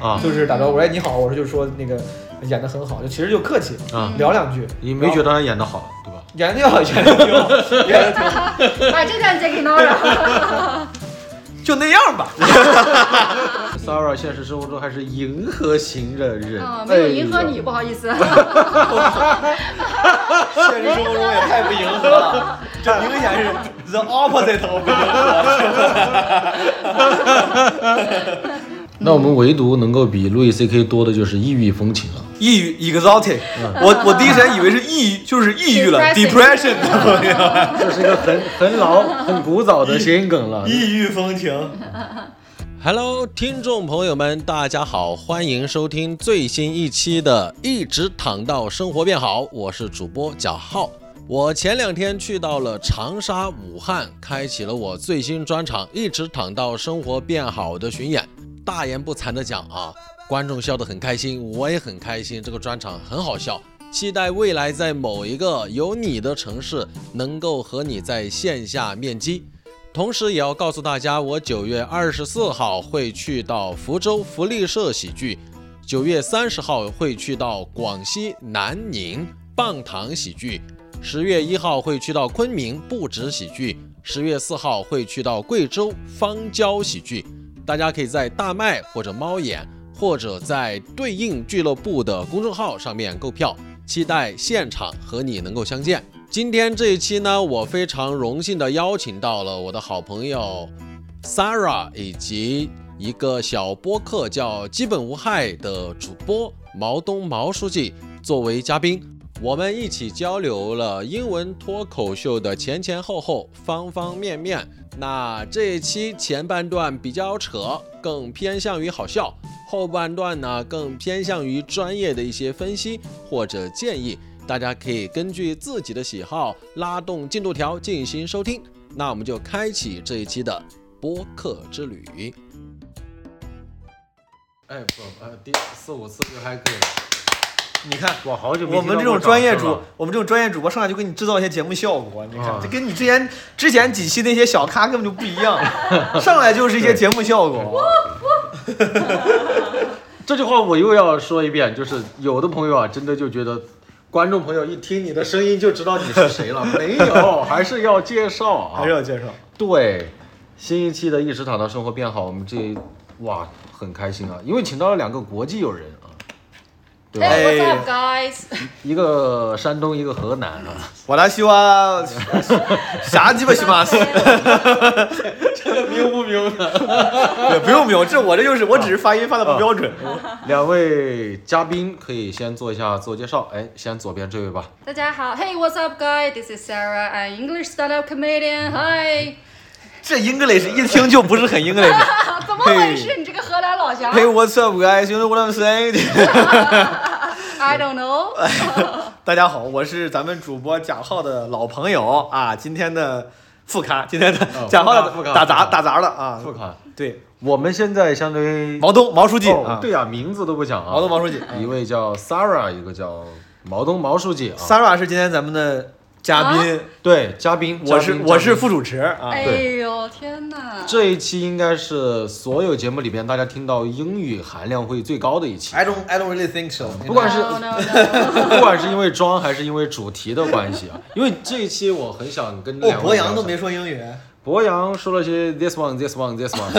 啊就是打招呼，哎，你好，我说就是说那个演的很好，就其实就客气，啊，聊两句，你没觉得他演的好，对吧？演的挺好，演的挺好，演的挺好， 把啊这段截给 Nora。就那样吧。 Sara 现实生活中还是迎合型的人，嗯，没有迎合哎你，不好意 思。现实生活中也太不迎合 了，这明显是 the opposite of 不迎合。那我们唯独能够比 Louis C.K. 多的就是异域风情了。抑郁 exotic，我我第一时间以为是抑郁，就是抑郁了 depression Depressing 嗯朋友这是一个很很老、 很古早的谐音梗了。异域风情。 Hello，听众朋友们，大家好，欢迎收听最新一期的《一直躺到生活变好》，我是主播贾浩。我前两天去到了长沙、武汉，开启了我最新专场《一直躺到生活变好》的巡演。大言不惭的讲啊，观众笑得很开心，我也很开心，这个专场很好笑。期待未来在某一个有你的城市，能够和你在线下面基。同时也要告诉大家，我九月二十四号会去到福州福利社喜剧，九月三十号会去到广西南宁棒糖喜剧，十月一号会去到昆明不止喜剧，十月四号会去到贵州方椒喜剧。大家可以在大麦或者猫眼，或者在对应俱乐部的公众号上面购票，期待现场和你能够相见。今天这一期呢，我非常荣幸的邀请到了我的好朋友 Sarah 以及一个小播客叫“基本无害”的主播毛东毛书记作为嘉宾，我们一起交流了英文脱口秀的前前后后、方方面面。那这一期前半段比较扯，更偏向于好笑；后半段呢，更偏向于专业的一些分析或者建议。大家可以根据自己的喜好拉动进度条进行收听。那我们就开启这一期的播客之旅。哎不，呃，第四五次就还可以。你看，我好久没我们这种听到过专业掌声主了，我们这种专业主播上来就给你制造一些节目效果，你看啊这跟你之前之前几期那些小咖根本就不一 样，上来就是一些节目效果。这句话我又要说一遍，就是有的朋友啊，真的就觉得。观众朋友一听你的声音就知道你是谁了，没 有，还是要介绍啊，还是要介绍，对，新一期的《一直躺到生活变好》，我们这哇很开心啊，因为请到了两个国际友人啊，对吧？ Hey, what's 哎 up, guys？ 一个山东，一个河南 啊，我来西瓜，啥鸡巴西马斯？明不明的？对不用不用，这我这就是我只是发音发的不标准。两位嘉宾可以先做一下自我介绍，哎，先左边这位吧。大家好，Hey, what's up, guys? This is Sarah, I'm English stand-up comedian. Hi，这 English 一听就不是很 English。啊怎么回事？你这个荷兰老乡 Hey, what's up, guys? You know what I'm saying? ？I 啊 don't know。大家好，我是咱们主播贾浩的老朋友啊，今天的副咖，今天的哦贾浩副的咖副咖打杂打杂了啊副。刊，对，我们现在相当于毛东毛书记哦啊，对啊，名字都不讲啊，毛东毛书记。一位叫 Sarah，一个叫毛东毛书记啊。 Sara 是今天咱们的嘉宾，对，嘉宾，我嘉是宾我嘉是宾副主持啊。哎对呦，天哪！这一期应该是所有节目里边大家听到英语含量会最高的一期， I don't I don't really think so。不管是 No, no, no. 不管是因为妆还是因为主题的关系啊。因为这一期我很想跟两位哦，博洋聊都一下没说英语，博洋说了些 this one this one this one，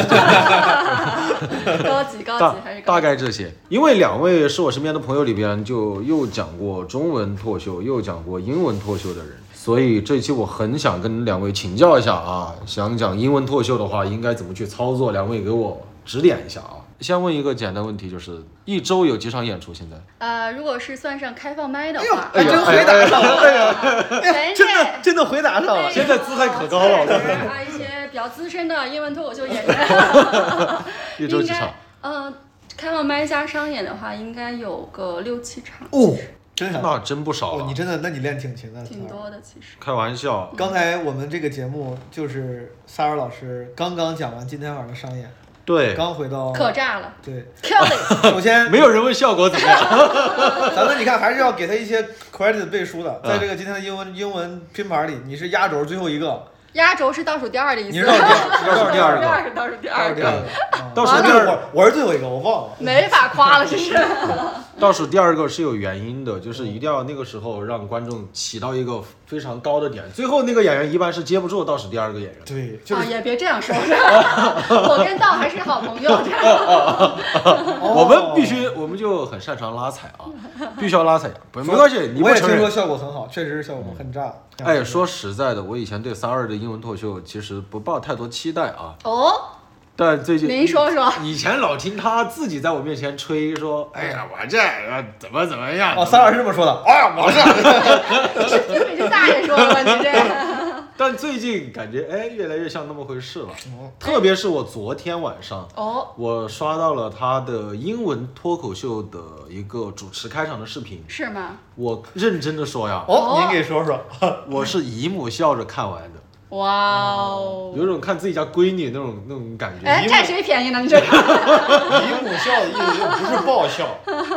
高级高大级还是高大级？概这些。因为两位是我身边的朋友里边就又讲过中文脱口秀，又讲过英文脱口秀的人，所以这一期我很想跟两位请教一下啊，想讲英文脱口秀的话应该怎么去操作，两位给我指点一下啊。先问一个简单问题，就是一周有几场演出？现在呃，如果是算上开放麦的话，哎，真回答上了，哎呀，哎呀，人真家的真的回答上了。现在姿态可高了我确实啊，一些比较资深的英文脱口秀演员，一周几场？嗯、呃，开放麦加商演的话，应该有个六七场，哦，真的那真不少哦，了你。真的，那你练挺勤的。挺多的其实。开玩笑，刚才我们这个节目就是萨尔老师刚刚讲完今天晚上的商演，对，刚回到可炸了对， ，kill it！首先 没有人问效果怎么样。咱们你看还是嗯要给他一些 credit 背书的，在这个今天的英文英文拼盘里，你是压轴最后一个，压轴是倒数第二的意思。你是倒数第二倒数第二个 倒数第二倒数第二对个，嗯倒数啊第对，二，我我是最后一个，我忘了。没法夸了，这是。倒数第二个是有原因的，就是一定要那个时候让观众起到一个非常高的点。最后那个演员一般是接不住倒数第二个演员的，对，就啊，是也别这样说，我跟道还是好朋友。这样哦我们必。须，我们就很擅长拉踩啊，必须要拉踩。不，没关系，你我不也承听说认。效果很好，确实是效果很炸。哎，说实在的，我以前对三二的英文脱口秀其实不抱太多期待啊，哦，但最近您说说，以前老听他自己在我面前吹说，哎呀，我这呃怎么怎么 样。哦，三二是这么说的。哎呀，我是这你是大爷说的吧？你这，但最近感觉哎，越来越像那么回事了。哦特别是我昨天晚上，哦，我刷到了他的英文脱口秀的一个主持开场的视频。是吗？我认真的说 呀，哦，您给说说。我是姨母笑着看完的，哇哦，有种看自己家闺女那种那种感觉。哎，占谁便宜呢？你这姨母笑的意思就不是爆笑，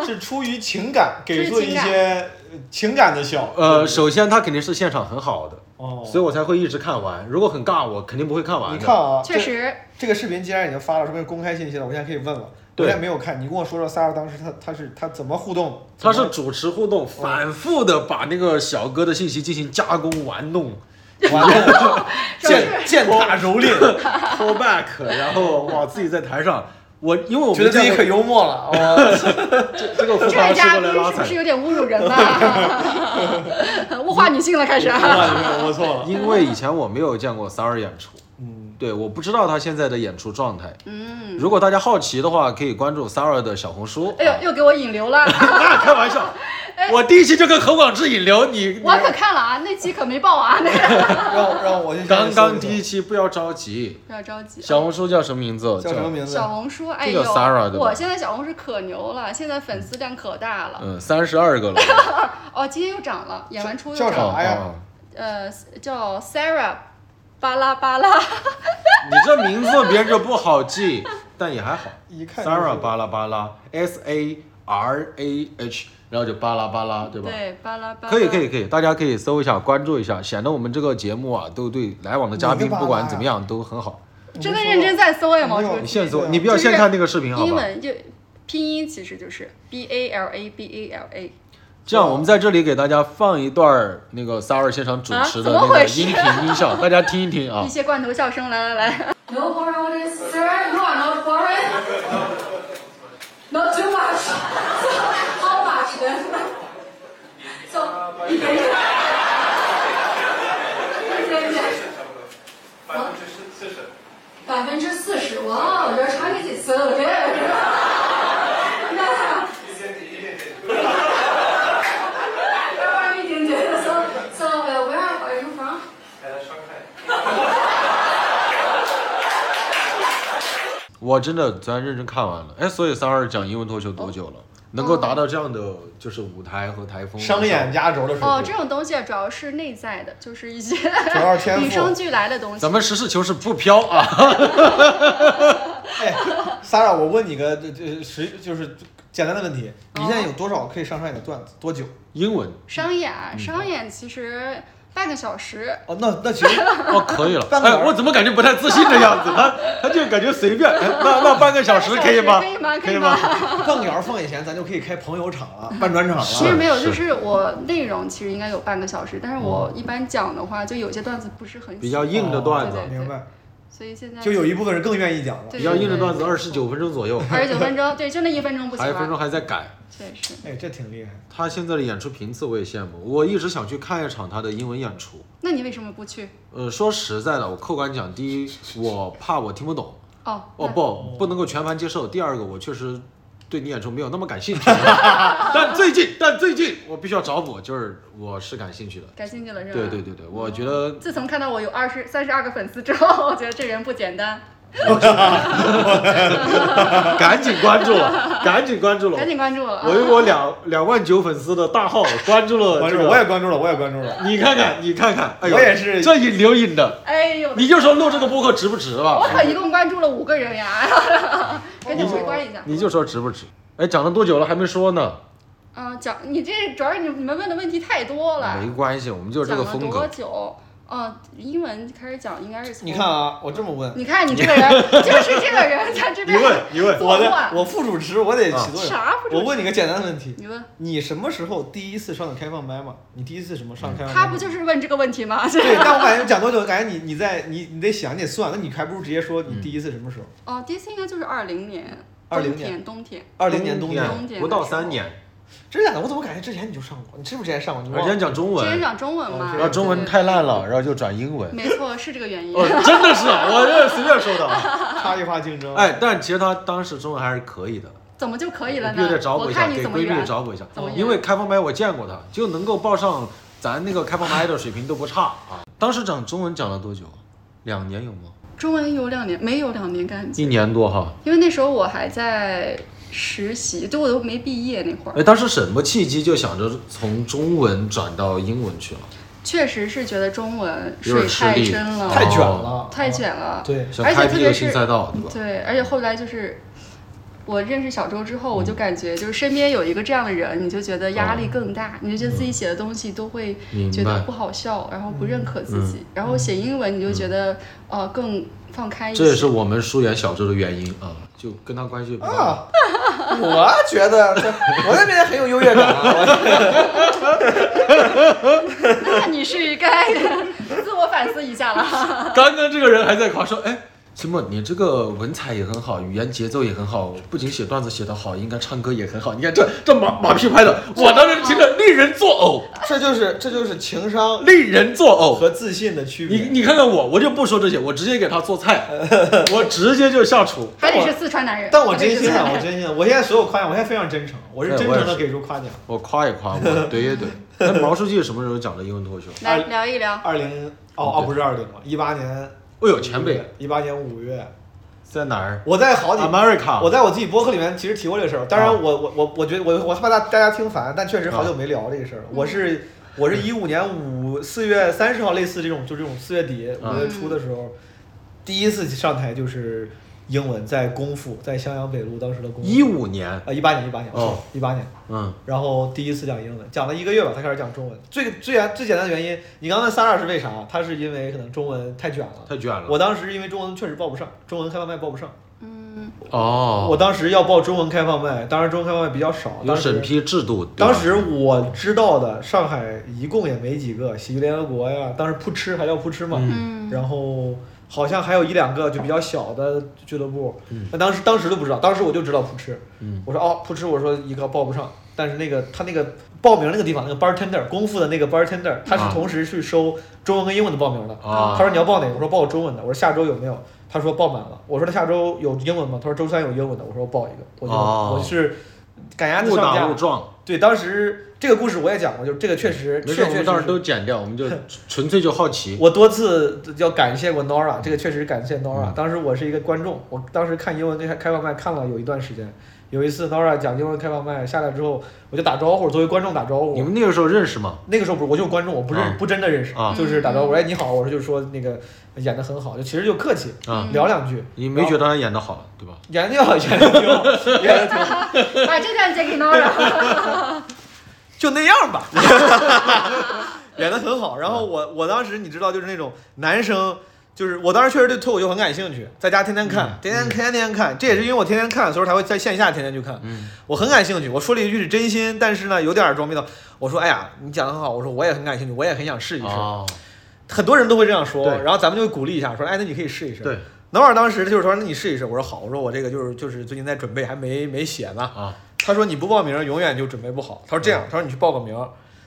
是出于情感给出一些呃情感的笑。呃，首先他肯定是现场很好的，哦，所以我才会一直看完。如果很尬，我肯定不会看完你的。看啊，确实这这个视频既然已经发了，说明是公开信息了，我现在可以问了。我对现在没有看，你跟我说说 Sarah 当时他他是他怎么互动？他是怎么主持互动，反复的把那个小哥的信息进行加工、玩弄、 完了是不是践践踏蹂 躏， call back，然后哇，自己在台上，我因为我觉们得自己见可过幽默了。 哦，这这个复这位盘是嘉过宾来拉是不踩是有点侮辱人了？ 物化女性了，开始。我错了。因为以前我没有见过三儿演出，嗯，对，我不知道他现在的演出状态。嗯，如果大家好奇的话，可以关注三儿的小红书。啊哎呦，又给我引流了，那开玩笑，我第一期就跟何广智引流，你你我可看了啊，那期可没爆啊，那个让让我去刚刚第低，一期不要着急，不要着急。小红书叫什么名字？叫什么名字？小红书，哎这呦叫 Sarah 对，吧我现在小红书可牛了，现在粉丝量可大啊了。嗯，三十二个 了。哦，今天又涨了，演完出又叫涨啥了。哦哎呀哦呃，叫 Sarah，巴拉巴拉，你这名字别人就不好记，但也还好。一看就是 Sarah 巴拉巴拉，S A R A H，然后就巴拉巴拉，对吧？对，巴拉巴拉。可以可以可以，大家可以搜一下，关注一下，显得我们这个节目啊，都对来往的嘉宾哪个巴拉呀不管怎么样都很好。真的认真在搜呀，毛没有叔你你。现现搜，搜你不要先看那个视频，好英吧？文就拼音其实就是 B A L A B A L A。这样，我们在这里给大家放一段儿那个 Sarah 现场主持的那啊怎么个回事音频音效，大家听一听啊一。些罐头笑声，来来来。 No borrowed is, sir. You are not borrowed. Not too much. So, how much then? So, you can.百分之四十，哇，我要查个几次了，这 个。 那。一点点。So, so, uh, where are you from? Shanghai. 我真的咱认真看完了，哎，所以 Sarah 讲英文脱口秀多久了？能够达到这样的就是舞台和台风商演压轴的水平。哦，这种东西啊主要是内在的，就是一些主要是天赋与生俱来的东西。咱们实事求是不飘啊， 哎，Sara，我问你个这这实就是简单的问题，你现在有多少可以上上演的段子？多 久？英文商演，啊嗯商演其实半个小时。哦，那那其实哦可以了。半个小哎，时我怎么感觉不太自信的样子？他他就感觉随便，哎那那半个小时可以吗？可以吗？可以吗吗？？啊半个小时放以前，咱就可以开朋友场了，办专场是其实了。没有，就是是我内容其实应该有半个小时，但是我一般讲的话，就有些段子不是很嗯比较喜硬的段子对，对啊明白，所以现在就有一部分人更愿意讲了。对比较硬的段子二十九分钟左右， 二十九分钟，对，就那一分钟不还行有分钟了，还在改。确实。哎，这挺厉害。他现在的演出频次我也羡慕，我一直想去看一场他的英文演出。那你为什么不去？呃，说实在的，我客观讲，第一，我怕我听不懂，哦，哦那不，不能够全盘接受。第二个，我确实对你演出没有那么感兴趣，但最近，但最近我必须要找补，就是我是感兴趣的。感兴趣了是吧？对对。对对，我觉得自从看到我有二十三十二个粉丝之后， 我觉得这人不简单，赶紧关注了，赶紧关注了 赶。紧关注我啊我！用我两两万九粉丝的大号关注了关这注，个，我也关注了，我也关注了。你看看，你看看，哎呦，我也是这引流引的，哎呦，你就说录这个播客值不值我吧，可一共关注了五个人呀， 赶紧围观一下。你就说值不值。哎，讲了多久了还没说呢？嗯，讲你这主要是你你们问的问题太多了没，关系，我们就是这个讲了风多格。久？呃，英文开始讲应该是从你看啊，我这么问，你看你这个人，就是这个人在这你边。问你问我做梦的，我啊副主持，我得起作用。啊啥不我准？问你个简单的问题，你问你什么时候第一次上的开放麦嘛？你第一次什么上开放麦？他不就是问这个问题吗？ 对，但我感觉讲多久，感觉你你在你你得想，你得算，那你还不如直接说嗯你第一次什么时候？哦，第一次应该就是二零年， 20冬天，冬天，二零年冬天。冬天不到三年，真的假的？我怎么感觉之前你就上过？你是不是之前上过？你而忘且了？讲中之前文，讲中文嘛，然后啊中文太烂了，然后就转英文 对，。没错，是这个原因。哦，真的是，我这随便说的。差异化竞争。，哎，但其实他当时中文还是可以的，怎么就可以了规呢律地？找补我一下，看你给怎么规律地圆。找补一下怎么，圆因为开放麦我见过他，就能够报上咱那个开放麦的水平都不差啊。当时讲中文讲了多久？啊两年有吗？中文有两年，没有两年感觉，一年多哈。因为那时候我还在实习，就我都没毕业那会儿，哎，当时什么契机就想着从中文转到英文去了？确实是觉得中文有点水太吃力深了，太卷哦了，太。卷了。对，想而且开特辟一别个是嗯新赛道，对吧？对，而且后来就是我认识小周之后，我就感觉就是身边有一个这样的人，你就觉得压力更大，你就觉得自己写的东西都会嗯明觉得白嗯不。好笑，然后不认可自己，然后写英文你就觉得呃更放开一些。这也是我们疏远小周的原因啊，就跟他关系不大。哦啊，我觉得这我在那边很有优越感啊。我 那你是该自我反思一下了。 刚刚这个人还在夸说，哎，秦墨，你这个文采也很好，语言节奏也很好，不仅写段子写得好，应该唱歌也很好。你看这这马马屁拍的，我当时听着令人作这就是这就是情商呕， 令人作呕。和自信的区你别。你看看我，我就不说这些，我直接给他做 菜，我直接就下厨。还得是四川男人。但我还得真是四心川啊，男我人真心啊，我现在所有夸奖，我现在非常真诚，我是真诚的给出夸奖。我夸一夸，我怼一怼。 那毛书记什么时候讲的英文脱口秀？ 来聊一聊。二零哦哦不是二零了，一八年，哎呦，前辈啊一八年五月，在哪儿我在嗯好几？America。我在我自己播客里面其实提过这个事儿，当啊然我我我我觉得我我怕大大家听烦，但确实好久没聊这个事儿了。我是我是一五年五四月三十号，类似这种就这种四月底嗯五月初的时候，第一次上台就是英文，在功夫，在襄阳北路当时的功夫。一五年，啊一八年一八年哦一八年，嗯，然后第一次讲英文，讲了一个月吧，才开始讲中文。最最原最简单的原因，你刚才 Sara 是为啥？他是因为可能中文太卷了。太卷了。我当时因为中文确实报不上，中文开放麦报不上。嗯，哦，我当时要报中文开放麦，当时中文开放麦比较少，有当时审。批制度。对吧当时我知道的上海一共也没几个，喜剧联合国呀，当时扑哧还叫扑哧嘛，嗯然后好像还有一两个就比较小的俱乐部，那、当时当时都不知道，当时我就知道扑哧，嗯我说哦扑哧，我说一个报不上，但是那个他那个报名那个地方那个 bartender 功夫的那个 bartender，他是啊同时去收中文跟英文的报名的，啊他说你要报哪个？我说报中文的。我说下周有没有？他说报满了。我说他下周有英文吗？他说周三有英文的。我说我报一个。我就、哦我是赶鸭子误上打误架。撞，对，当时这个故事我也讲过，就是这个确实没确事，我确们实到时候是都剪掉，我们就纯粹就好奇。我多次要感谢过 Nora，这个确实感嗯谢 Nora。当时我是一个观众，我当时看英文开开放麦看了有一段时间。有一次 Nora 讲英文开放麦下来之后，我就打招呼，作为观众打招呼。你们那个时候认识吗？那个时候不是，我就是观众，我不认、啊不真的认识，啊就是打招呼，哎你好，我说就说那个演的很好，就其实就客气，啊，聊两句。你没觉得他演的好，对吧？演的挺好，演的挺 好，演的挺好，把这段截给 Nora。就那样 吧，演的很好。然后我我当时你知道就是那种男生，就是我当时确实对脱口秀很感兴趣，在家天天嗯看，天天天天天天看，这也是因为我天天看，所以才会在线下天天去看。嗯，我很感兴趣，我说了一句是真心，但是呢有点装逼的，我说哎呀你讲的很好，我说我也很感兴趣，我也很想试一试。哦，很多人都会这样说，对然后咱们就会鼓励一下，说哎那你可以试一试。对，能尔当时就是说，那你试一试。我说好，我说我这个就是就是最近在准备，还没没写呢。啊，他说你不报名，永远就准备不好。他说这样，他说你去报个名。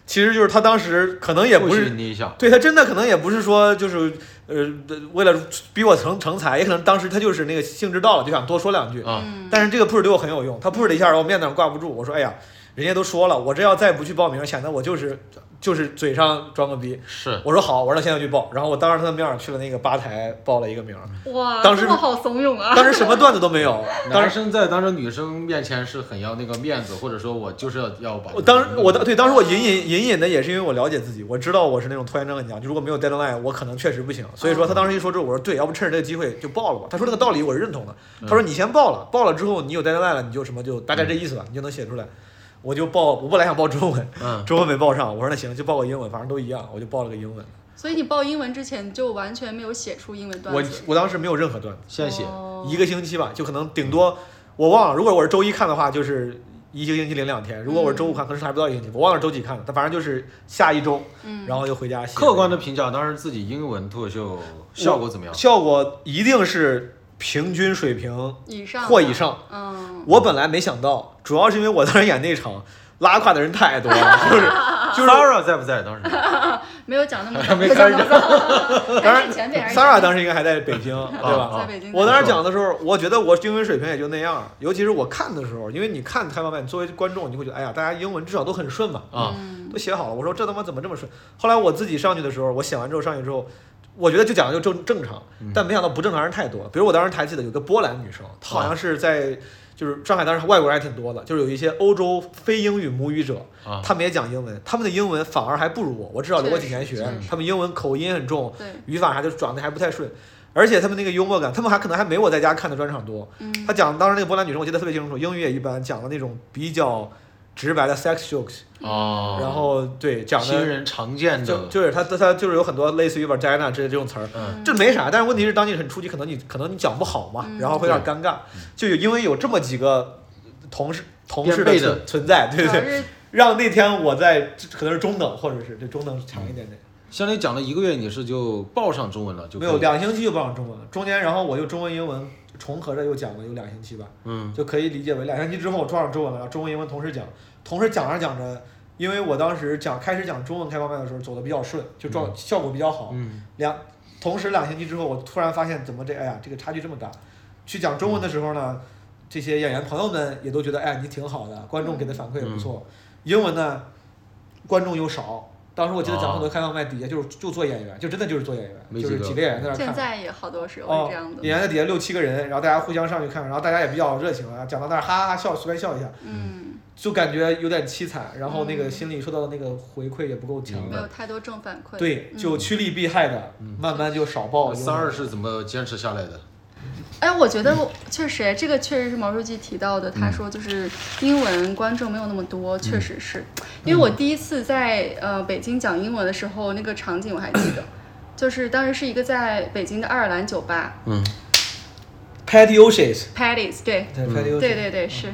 其实就是他当时可能也不复是习，你一下，对他真的可能也不是说就是呃为了逼我成成才，也可能当时他就是那个兴致到了，就想多说两句。啊，嗯，但是这个 push 对我很有用，他 push 了一下，然后面子上挂不住。我说哎呀，人家都说了，我这要再不去报名，显得我就是就是嘴上装个逼。是，我说好，我说那现在就去报。然后我当着他的面儿去了那个吧台报了一个名儿。哇，当时这么好怂恿啊！当时什么段子都没有，当男时生在当着女生面前是很要那个面子，或者说我就是要要把这个。我当时我当对当时我隐隐隐隐的也是因为我了解自己，我知道我是那种拖延症很强，就如果没有 deadline，我可能确实不行。所以说他当时一说之后，我说对，要不趁着这个机会就报了吧。他说这个道理我是认同的，嗯他说你先报了，报了之后你有 deadline 了，你就什么就大概这意思吧，你就能写出来。我就报，我本来想报中文，嗯，中文没报上，我说那行就报个英文，反正都一样，我就报了个英文。所以你报英文之前就完全没有写出英文段我子。我当时没有任何段子，现在写，哦一个星期吧，就可能顶多我忘了。如果我是周一看的话，就是一个星期零两天；如果我是周五看，可能是还不到一个星期，我忘了周几看了。但反正就是下一周，嗯然后就回家写。客观的评价当时自己英文脱口秀效果怎么样？效果一定是平均水平以上或以上。嗯，我本来没想到，主要是因为我当时演那场拉胯的人太多了， 啊就是就是 Sara 在不在当 时？没有讲那么没开始讲早，还是前辈还是嗯 Sara 当时时应该还在北京，啊对吧？在北京，我当时讲的时候，我觉得我英文水平也就那样，尤其是我看的时候，因为你看开放麦，你作为观众，你会觉得，哎呀，大家英文至少都很顺嘛，啊，嗯都写好了。我说这他妈怎么这么顺？后来我自己上去的时候，我写完之后上去之后，我觉得就讲的就正正常，但没想到不正常人太多了。比如我当时还记得有个波兰女生，她好像是在就是上海，当时外国人还挺多的，就是有一些欧洲非英语母语者啊，他们也讲英文，他们的英文反而还不如我，我至少留过几年确学实确实，他们英文口音很重，对，语法啥就转的还不太顺，而且他们那个幽默感，他们还可能还没我在家看的专场多。嗯，他讲当时那个波兰女生，我记得特别清楚，英语也一般，讲的那种比较直白的 sex jokes，哦，然后对讲新的人常见就的，就是他他就是有很多类似于 vagina 之类这种词儿。嗯，这没啥，但是问题是，当你很初级，可能你可能你讲不好嘛，嗯然后会有点尴尬。嗯就有因为有这么几个同事同垫事背的存存在，对主要对对，是让那天我在可能是中等，或者是这中等强一点点。相当于讲了一个月，你是就报上中文了，就没可有以，两星期就报上中文了，中间然后我又中文英文重合着又讲了有两星期吧，嗯，就可以理解为两星期之后我撞上中文了，然后中文英文同时讲，同时讲着讲着，因为我当时讲开始讲中文开放麦的时候走的比较顺，就撞、效果比较好，嗯，两同时两星期之后我突然发现怎么这哎呀这个差距这么大，去讲中文的时候呢，这些演员朋友们也都觉得哎呀你挺好的，观众给的反馈也不错，嗯英文呢观众又少。当时我记得啊讲很多开放麦底下就是就做演员，就真的就是做演员，没就几是个几个演员在那儿看。现在也好多时候哦是这样，的，演员在底下六七个人，然后大家互相上去看，然后大家也比较热情啊，讲到那儿哈哈哈笑，随便笑一下，嗯，就感觉有点凄惨，然后那个心里受到的那个回馈也不够强明没白嗯的，有太多正反馈，对，嗯就趋利避害的，慢慢就少报。三二是怎么坚持下来的？哎，我觉得我确实，哎，这个确实是毛书记提到的。嗯他说就是英文观众没有那么多，确实是因为我第一次在呃北京讲英文的时候，那个场景我还记得，就是当时是一个在北京的爱尔兰酒吧嗯， Patty O'Shea's， Paddy's，对对嗯 Patty O'Shea，对对对是。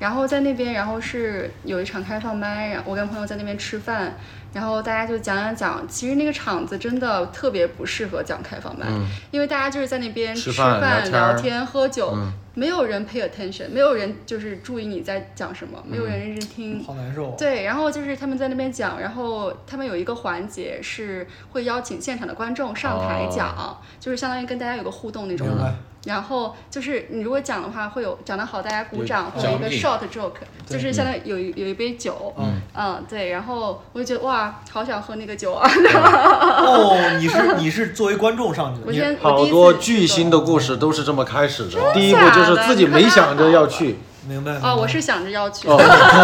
然后在那边，然后是有一场开放麦，然后我跟朋友在那边吃饭，然后大家就讲讲讲，其实那个场子真的特别不适合讲开放麦，嗯因为大家就是在那边吃吃饭饭、聊天儿聊天、喝酒，嗯没有人 pay attention，没有人就是注意你在讲什么，没有嗯人认真听。好难受。啊对，然后就是他们在那边讲，然后他们有一个环节是会邀请现场的观众上哦台讲，就是相当于跟大家有个互动那种明白的。然后就是你如果讲的话，会有讲得好，大家鼓有掌，会奖有一个品 short joke，对就是相当于有一有一杯酒。嗯，嗯，对，然后我就觉得哇，好想喝那个酒啊！ 哦，你是你是作为观众上去我的，你先我第好一多次巨星的故事都是这么开始的，第一步假的就是自己没想着要去，明白？啊、明白我是想着要去。哦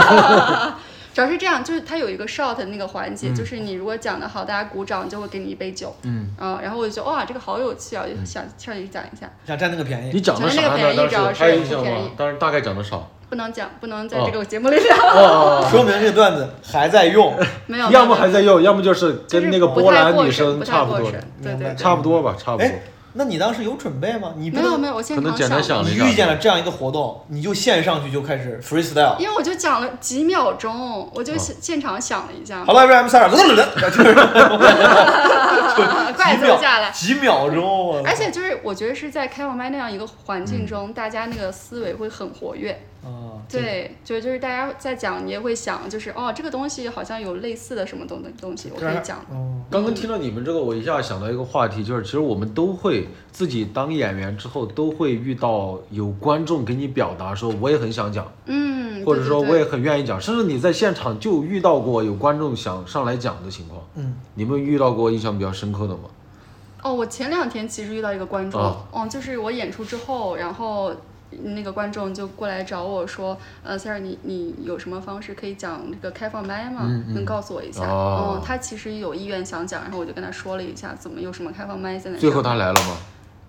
主要是这样，就是它有一个 shot 的那个环节，就是你如果讲的好，大家鼓掌就会给你一杯酒。嗯，啊、然后我就觉得哇，这个好有趣啊，我就想上去讲一下，想占那个便你宜，讲的啥前面呢？那个便宜当找时还有印是象便宜吗？当时大概讲的少，不能讲，不能在哦这个节目里聊， 哦，说明这个段子还在 用。没有，要么没有还在用，要么就是就是跟那个不波太兰过女审生不太差不过多审的，嗯对明对白对，差不多吧，差不多哎。，那你当时有准备吗？你不没有能没有，我现可能场简单想想了的，你一下遇见了这样一个活动，你就线上去就开始 freestyle。因为我就讲了几秒钟，我就现现场想了一下好，了，FM 三二，就是快几速秒下来。几秒钟啊，而且就是，我觉得是在开放麦那样一个环境中，大家那个思维会很活跃。啊，对，就就是大家在讲，你也会想，就是哦，这个东西好像有类似的什么东东西，我这可以讲。哦，刚刚听到你们这个，我一下想到一个话题，就是其实我们都会自己当演员之后，都会遇到有观众给你表达说我也很想讲，嗯，或者说对我对也很愿意讲，甚至你在现场就遇到过有观众想上来讲的情况，嗯，你们遇到过印象比较深刻的吗？哦，我前两天其实遇到一个观众，啊嗯，就是我演出之后，然后那个观众就过来找我说，呃，Sir，你你有什么方式可以讲这个开放麦吗？嗯嗯能告诉我一下？哦嗯，他其实有意愿想讲，然后我就跟他说了一下，怎么有什么开放麦在哪上。最后他来了吗？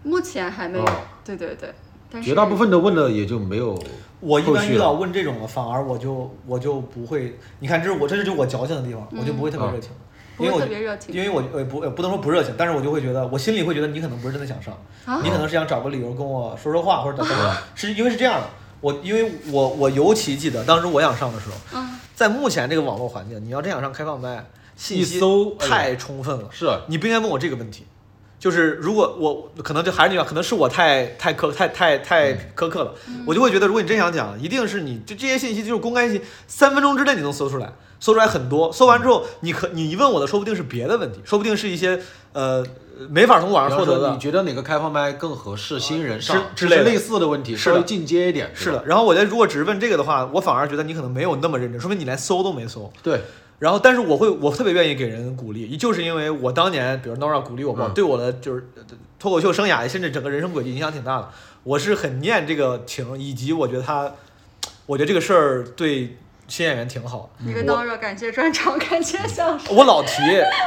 目前还没有，哦对对对，但是绝大部分的问的也就没有我一后般续遇了到问嗯这种的，反而我就我就不会，你看，这是我这是就我矫情的地方，我就不会特别热情。嗯不因为会我特别热情因为我呃不呃不能说不热情，但是我就会觉得，我心里会觉得你可能不是真的想上，啊你可能是想找个理由跟我说说话，或者怎么着，嗯 是因为是这样的，我因为我我尤其记得当时我想上的时候，嗯，在目前这个网络环境，你要真想上开放麦，信息一搜哎呦太充分了，是你不应该问我这个问题。就是如果我可能就还是那句话，可能是我太太苛太太太苛刻了，我就会觉得，如果你真想讲，一定是你就这些信息就是公开信息，三分钟之内你能搜出来，搜出来很多，搜完之后，你可你一问我的，说不定是别的问题，说不定是一些呃没法从网比方上获得说的你，觉得哪个开放麦更合适新人上？之这之是类的类似的问题，是稍的微进阶一点。是对吧的。，然后我觉得如果只是问这个的话，我反而觉得你可能没有那么认真，说明你连搜都没搜。对，然后，但是我会，我特别愿意给人鼓励，就是因为我当年，比如 Nora 鼓励我吧，嗯对我的就是呃脱口秀生涯，甚至整个人生轨迹影响挺大的。我是很念这个情，以及我觉得他，我觉得这个事儿对新演员挺好。一个 Nora 感谢专场， 感谢相声，我老提，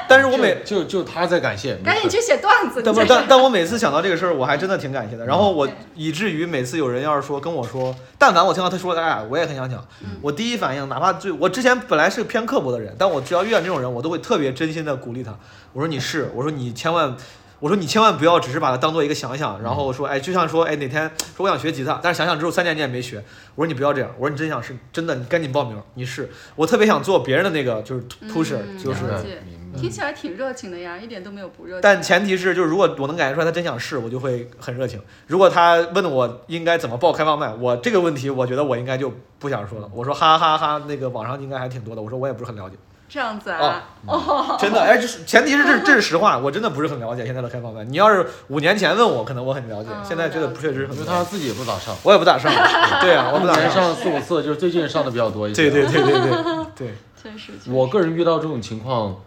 但是我每就就就他在感谢，赶紧去写段子。但你不这嗯是但但我每次想到这个事儿，我还真的挺感谢的。然后我以至于每次有人要是说跟我说，但凡我听到他说的，哎，我也很想讲。嗯我第一反应，哪怕最我之前本来是个偏刻薄的人，但我只要遇到这种人，我都会特别真心的鼓励他。我说你是，我说你千万。我说你千万不要只是把它当做一个想想，然后说，哎，就像说，哎，哪天说我想学吉他，但是想想之后三年你也没学。我说你不要这样，我说你真想是真的，你赶紧报名，你是。我特别想做别人的那个就是 pusher，、嗯就是了解明白听起来挺热情的呀，一点都没有不热情。但前提是，就是如果我能感觉出来他真想试，我就会很热情。如果他问我应该怎么报开放麦，我这个问题，我觉得我应该就不想说了。我说哈哈哈那个网上应该还挺多的。我说我也不是很 了解，这样子哦啊，真的，哎，就是前提是这这是实话，我真的不是很了解现在的开放麦。你要是五年前问我，可能我很了解，嗯现在觉得了解确实我很觉不得了他解。自己也不咋上，我也不咋上，对啊，我不一咋年上。上四五次，就是最近上的比较多一些。对对对对对对，真是。我个人遇到这种情况，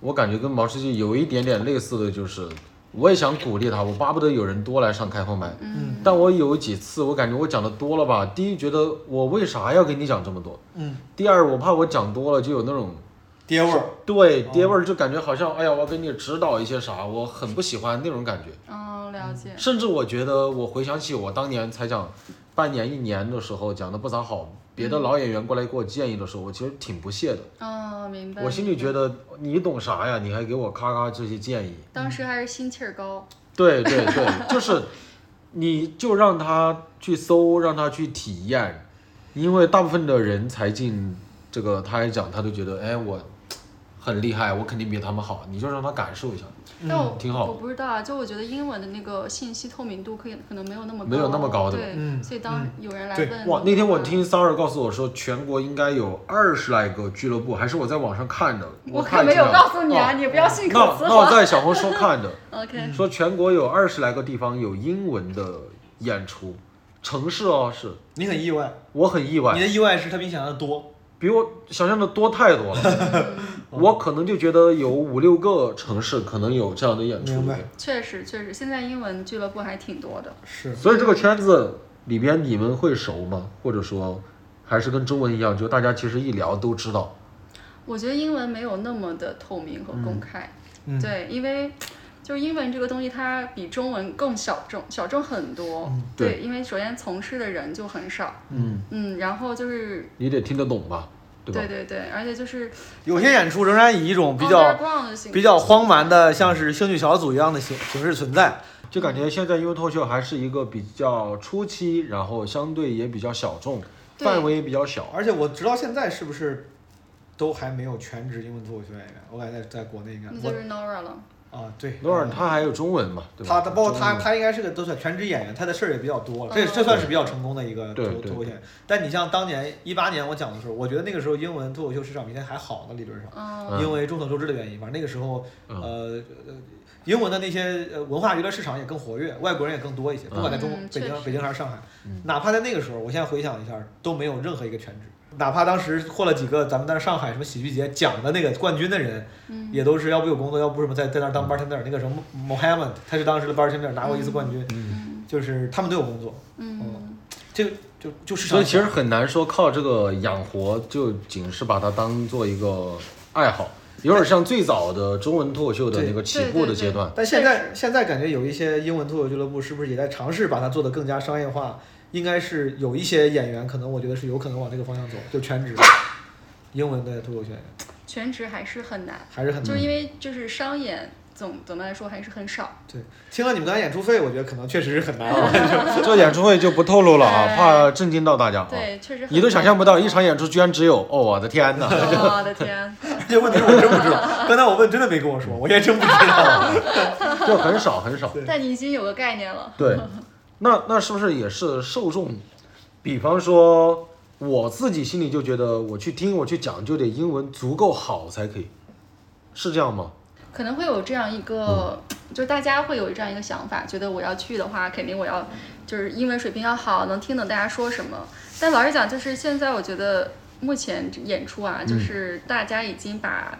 我感觉跟毛书记有一点点类似的就是，我也想鼓励他，我巴不得有人多来上开放麦。嗯，但我有几次，我感觉我讲的多了吧。第一，觉得我为啥要给你讲这么多？嗯，第二，我怕我讲多了就有那种 爹味儿。对爹味儿，就感觉好像哎呀，我要给你指导一些啥，我很不喜欢那种感觉。哦，了解。甚至我觉得，我回想起我当年才讲半年、一年的时候讲的不咋好，别的老演员过来给我建议的时候，我其实挺不屑的。哦，明白。嗯我心里觉得你懂啥呀？你还给我咔咔这些建议？当时还是心气儿高。对对对，就是你就让他去搜，让他去体验，因为大部分的人才进这个，他还讲他都觉得，哎，我很厉害，我肯定比他们好，你就让他感受一下。嗯但我嗯挺好我不知道啊，就我觉得英文的那个信息透明度可以可能没有那么高，没有那么高的对，嗯所以当有人来对问，嗯哇，那天我听 s a r a 告诉我说，全国应该有二十来个俱乐部，还是我在网上看的，我可看没见有了告诉你啊，哦你不要信口那嗯雌那我黄。在小红书看的， OK，说全国有二十来个地方有英文的演出，城市哦，是你很意外，我很意你外，的意外是他比你想象的多。比我想象的多太多了。 我可能就觉得有五六个城市可能有这样的演出明，白确实确实，现在英文俱乐部还挺多的。是所以这个圈子里边你们会熟吗？或者说，还是跟中文一样，就大家其实一聊都知道。我觉得英文没有那么的透明和公开，嗯嗯对，因为就是英文这个东西，它比中文更小众，小众很多。嗯对因为首先从事的人就很少，嗯，嗯，然后就是你得听得懂吧，对吧？对对对，而且就是有些演出仍然以一种哦比较 underground 的形比较荒蛮的，像是兴趣小组一样的形形式存在。就感觉现在因为脱口秀还是一个比较初期，然后相对也比较小众，对范围也比较小。而且我直到现在是不是都还没有全职英文脱口秀演员？我感觉在在国内应该那就我是 Nora 了。啊对，罗尔他还有中文嘛，对他吧？他包括他中文他应该是个都算全职演员，他的事儿也比较多了，嗯这这算是比较成功的一个脱对脱对口秀演员。但你像当年一八年我讲的时候，我觉得那个时候英文脱口秀市场比现在还好呢，理论上。嗯嗯因为众所周知的原因，反正那个时候，嗯呃，呃英文的那些呃文化娱乐市场也更活跃，外国人也更多一些，不管在中国、嗯北确京、实北京还是上海嗯，哪怕在那个时候，我现在回想一下，都没有任何一个全职，哪怕当时获了几个咱们在上海什么喜剧节奖的那个冠军的人，嗯，也都是要不有工作，要不什么在在那儿嗯当 bartender，那个什么 Mohammed，他是当时的 bartender，拿过一次冠军，嗯就是他们都有工作，嗯，这个就就市场所以其实很难说靠这个养活，就仅是把它当做一个爱好，有点像最早的中文脱口秀的那个起步的阶段。但现在确现在感觉有一些英文脱口俱乐部是不是也在尝试把它做得更加商业化？应该是有一些演员，可能我觉得是有可能往这个方向走，就全职英文的脱口秀演员。全职还是很难，还是嗯很就是因为就是商演总总的来说还是很少。对。听了你们刚才演出费，我觉得可能确实是很难啊。嗯这演出费就不透露了啊，哎怕震惊到大家啊。对，确实很你都想象不到，一场演。演出居然只有哦，我的天哪！我 的天， 这问题我真不知道，刚才我问真的没跟我说，我也真不知道。就很少很少。但你已经有个概念了。对，那那是不是也是受众？比方说我自己心里就觉得，我去听我去讲就得英文足够好才可以，是这样吗？可能会有这样一个，嗯就是大家会有这样一个想法，觉得我要去的话，肯定我要就是英文水平要好，能听懂大家说什么。但老实讲，就是现在我觉得目前演出嗯啊，就是大家已经把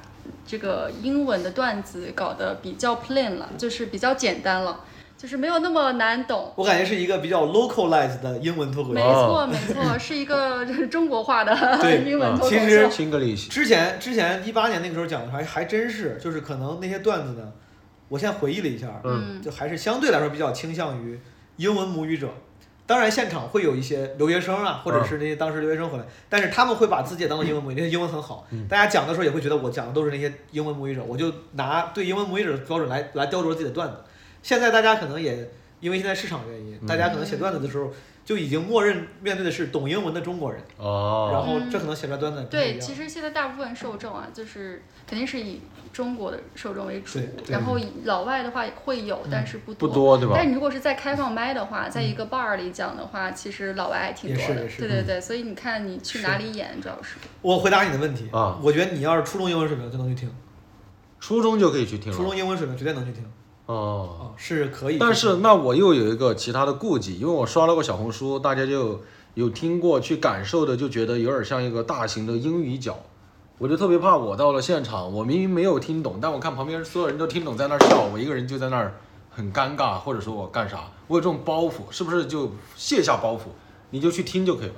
这个英文的段子搞得比较 plain 了，就是比较简单了，就是没有那么难懂。我感觉是一个比较 localized 的英文脱口没秀。错，没错，是一个 就是中国化的对 英文啊脱口秀。其实新格里希，之前之前一八年那个时候讲的还还真是，就是可能那些段子呢，我现在回忆了一下，嗯就还是相对来说比较倾向于英文母语者。当然，现场会有一些留学生啊，或嗯者是那些当时留学生回来，但是他们会把自己也当做英文母语，那些英文很好。嗯大家讲的时候也会觉得我讲的都是那些英文母语者，我就拿对英文母语者的标准来来雕琢自己的段子。现在大家可能也因为现在市场原嗯因，大家可能写段子的时候就已经默认面对的是懂英文的中国人，然哦，后这可能写出来段子也不太一嗯对，样其实现在大部分受众啊，就是肯定是以中国的受众为主对，对然后以老外的话会有，但是不不多。多对吧但？你如果是在开放麦的话，在一个 bar 里讲的话，其实老外还挺多也是的也。是对对对，所以你看你去是哪里演，主要是我回答你的问题啊我觉得你要是初中英文水平就能去听，初中就可以去听初了中英文水平绝对能去听哦。啊，是可以去听。但是那我又有一个其他的顾忌，因为我刷了个小红书，大家就有听过去感受的，就觉得有点像一个大型的英语角，我就特别怕我到了现场，我明明没有听懂，但我看旁边所有人都听懂，在那儿笑，我一个人就在那儿很尴尬，或者说我干啥，我有这种包袱，是不是就卸下包袱，你就去听就可以了？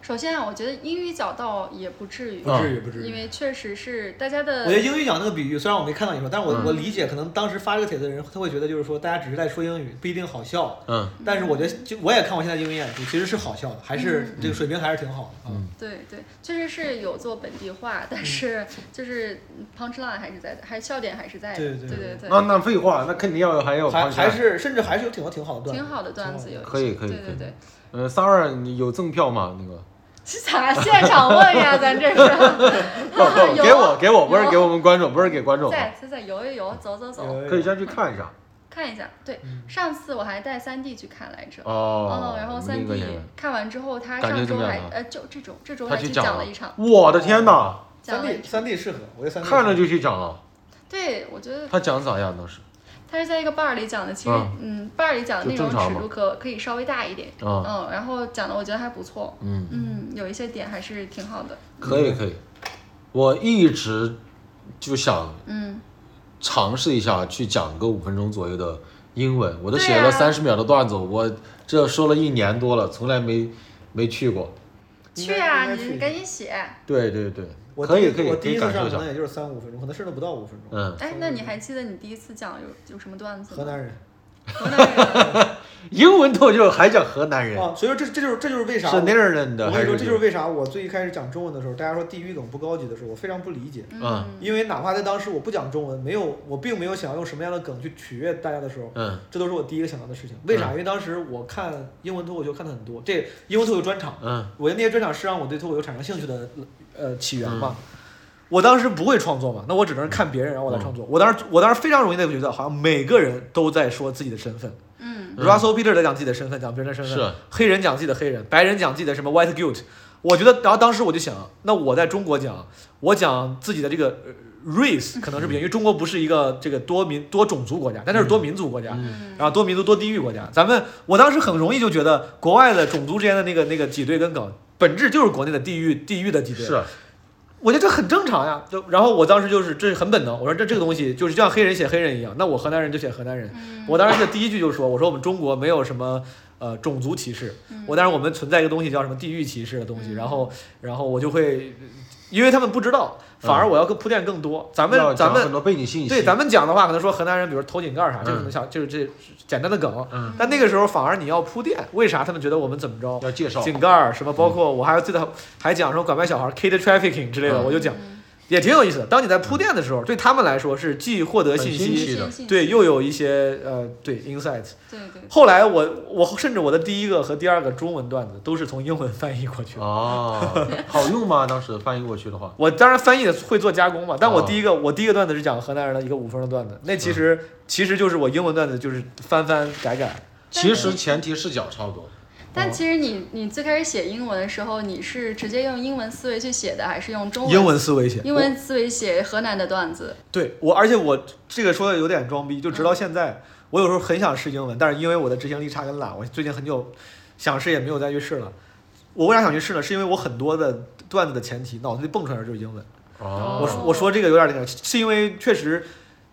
首先啊，我觉得英语角倒也不至于，不至于啊不至因于。为确实是大家嗯我觉得的。英语讲那个比喻，虽然我没看到你说，但是我、嗯我理解，可能当时发这个帖子的人，他会觉得就是说，大家只是在说英语，不一定好笑。嗯，但是我觉得，就我也看过现在英语演出，其实是好笑的，还是、嗯这个水平还是挺好的啊。对对，确实是有做本地化，但是就是 punchline 还是在的，还笑点还是在的。对对对对那那废话，那肯定要还要嗯还 punchline 还是甚至还是有挺多挺好的段子，挺好的段子挺有一些。可以可以对可对以对。 呃，Sara 你有赠票吗？那个是啥？现场问呀，咱这 是 有哦啊给我给我，不是有给我们观众，不是给观众啊，在在在游一游，走走好的。走，有可以先去看一下。看一下。对，上次我还带三弟去看来着。嗯哦嗯，，然后三另一个演弟员看完之后，他感觉怎上周么还样啊呃，就这周这周他还去去讲讲了了一场，我的天哪，讲三了一 D 场。三 D 适合，我觉得三 D 看了就去讲了。对，我觉得他讲咋样当时？他是在一个 bar 里讲的，其实嗯嗯，bar 里讲的内就容正常尺嘛度可可以稍微大一点，啊、嗯，然后讲的我觉得还不错，嗯，嗯，有一些点还是挺好的，可嗯以可以。我一直就想嗯，尝试一下去讲个五分钟左右的英文，我都对写了啊三十秒的段子，我这说了一年多了，从来没没去过。应去该啊，应该去你一赶下紧写，对对对，我可第一以可以我可第以一感次上受一可下能。也就是三五分钟，可能甚至不到五分钟。嗯，哎，那你还记得你第一次讲有有什么段子河吗？南人河南人。英文脱就还讲河南人，啊，所以说这这就是这就是为啥是我那儿人的我还跟是你说，这就是为啥我最一开始讲中文的时候，大家说地域梗不高级的时候，我非常不理解。嗯因为哪怕在当时我不讲中文，没有我并没有想要用什么样的梗去取悦大家的时候，嗯这都是我第一个想到的事情。为啥？因为当时我看英文脱口秀看的很多，这英文脱口秀专场，嗯我觉得那些专场是让我对脱口秀产生兴趣的呃起源嘛。我当时不会创作嘛，那我只能看别人，然后我来创作。我当时我当时非常容易的觉得，好像每个人都在说自己的身份。嗯 Russell Peter 在讲自己的身份，讲别人的身份，是黑人讲自己的黑人，白人讲自己的什么 white guilt。我觉得，然后当时我就想，那我在中国讲，我讲自己的这个呃 race 可能是不行，因为中国不是一个这个多民多种族国家，但它是多民族国家，嗯然后啊多民族多地域国家。咱们我当时很容易就觉得，国外的种族之间的那个那个挤兑跟梗，本质就是国内的地域地域的挤兑。是我觉得这很正常呀。就然后我当时就是这很本能，我说这这个东西就是像黑人写黑人一样，那我河南人就写河南人。嗯我当时记得第一句就说，我说我们中国没有什么。呃，种族歧视，我当然我们存在一个东西叫什么地域歧视的东西，嗯然后，然后我就会，因为他们不知道，反而我要更铺垫更多。咱们嗯要咱讲们很多背景信息，对，咱们讲的话，可能说河南人，比如偷井盖儿啥，这嗯可能想就是这简单的梗。嗯但那个时候反而你要铺垫，为啥他们觉得我们怎么着？要介绍，井盖儿什么，包括我还记得还讲说拐卖小孩 kid trafficking 之类的，嗯我就讲。也挺有意思的。当你在铺垫的时候，对他们来说是既获得信很新奇息，的信息对，又有一些呃，对 insight。对对，后来我我甚至我的第一个和第二个中文段子都是从英文翻译过去的。哦， 好用吗？当时翻译过去的话，我当然翻译的会做加工嘛，但我哦第一个、我第一个段子是讲河南人的一个五分钟段子，那其实、其实就是我英文段子就是翻翻改改，其实前提视角差不多。但其实你你最开始写英文的时候，你是直接用英文思维去写的，还是用中文英文思维写，英文思维写河南的段子？对我，而且我这个说的有点装逼，就直到现在，我有时候很想试英文，但是因为我的执行力差跟懒，我最近很久想试也没有再去试了。我为啥想去试呢？是因为我很多的段子的前提脑子里蹦出来的就是英文。我哦，说我说这个有点那个，是因为确实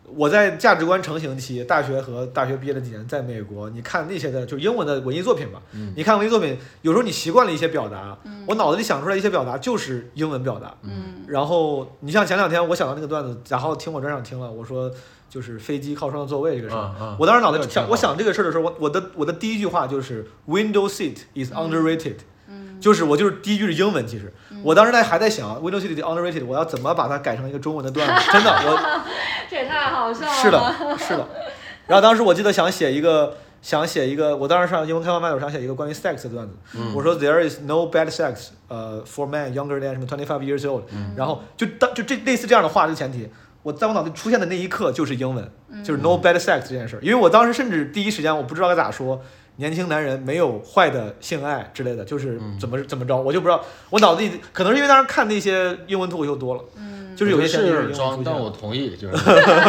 我在价值观成型期，大学和大学毕业的几年在美国，你看那些的就英文的文艺作品吧，嗯你看文艺作品，有时候你习惯了一些表达，嗯我脑子里想出来一些表达就是英文表达，嗯然后你像前两天我想到那个段子，然后听我专场听了，我说就是飞机靠窗的座位这个事儿。嗯嗯我当时脑这袋个想，挺我好想这个事儿的时候，我我的我的第一句话就是 window seat is 嗯 underrated，、嗯，就是我就是第一句是英文，其实、嗯我当时在还在想 window seat is underrated，我要怎么把它改成一个中文的段 子？真的，我这也太好笑了。是的，是的。然后当时我记得想写一个。想写一个，我当时上英文开放麦的时候想写一个关于 sex 的段子，嗯我说 there is no bad sex，呃、f o r man younger than 什么 twenty five years old，嗯然后就当就这类似这样的话这个前提，我在我脑袋出现的那一刻就是英文，就是 no bad sex 这件事儿，因为我当时甚至第一时间我不知道该咋说，年轻男人没有坏的性爱之类的，就是嗯怎么怎么着，我就不知道，我脑子里可能是因为当时看那些英文脱口秀多了，嗯就是有些前提是是有点英文出装，现但我的，同意，就是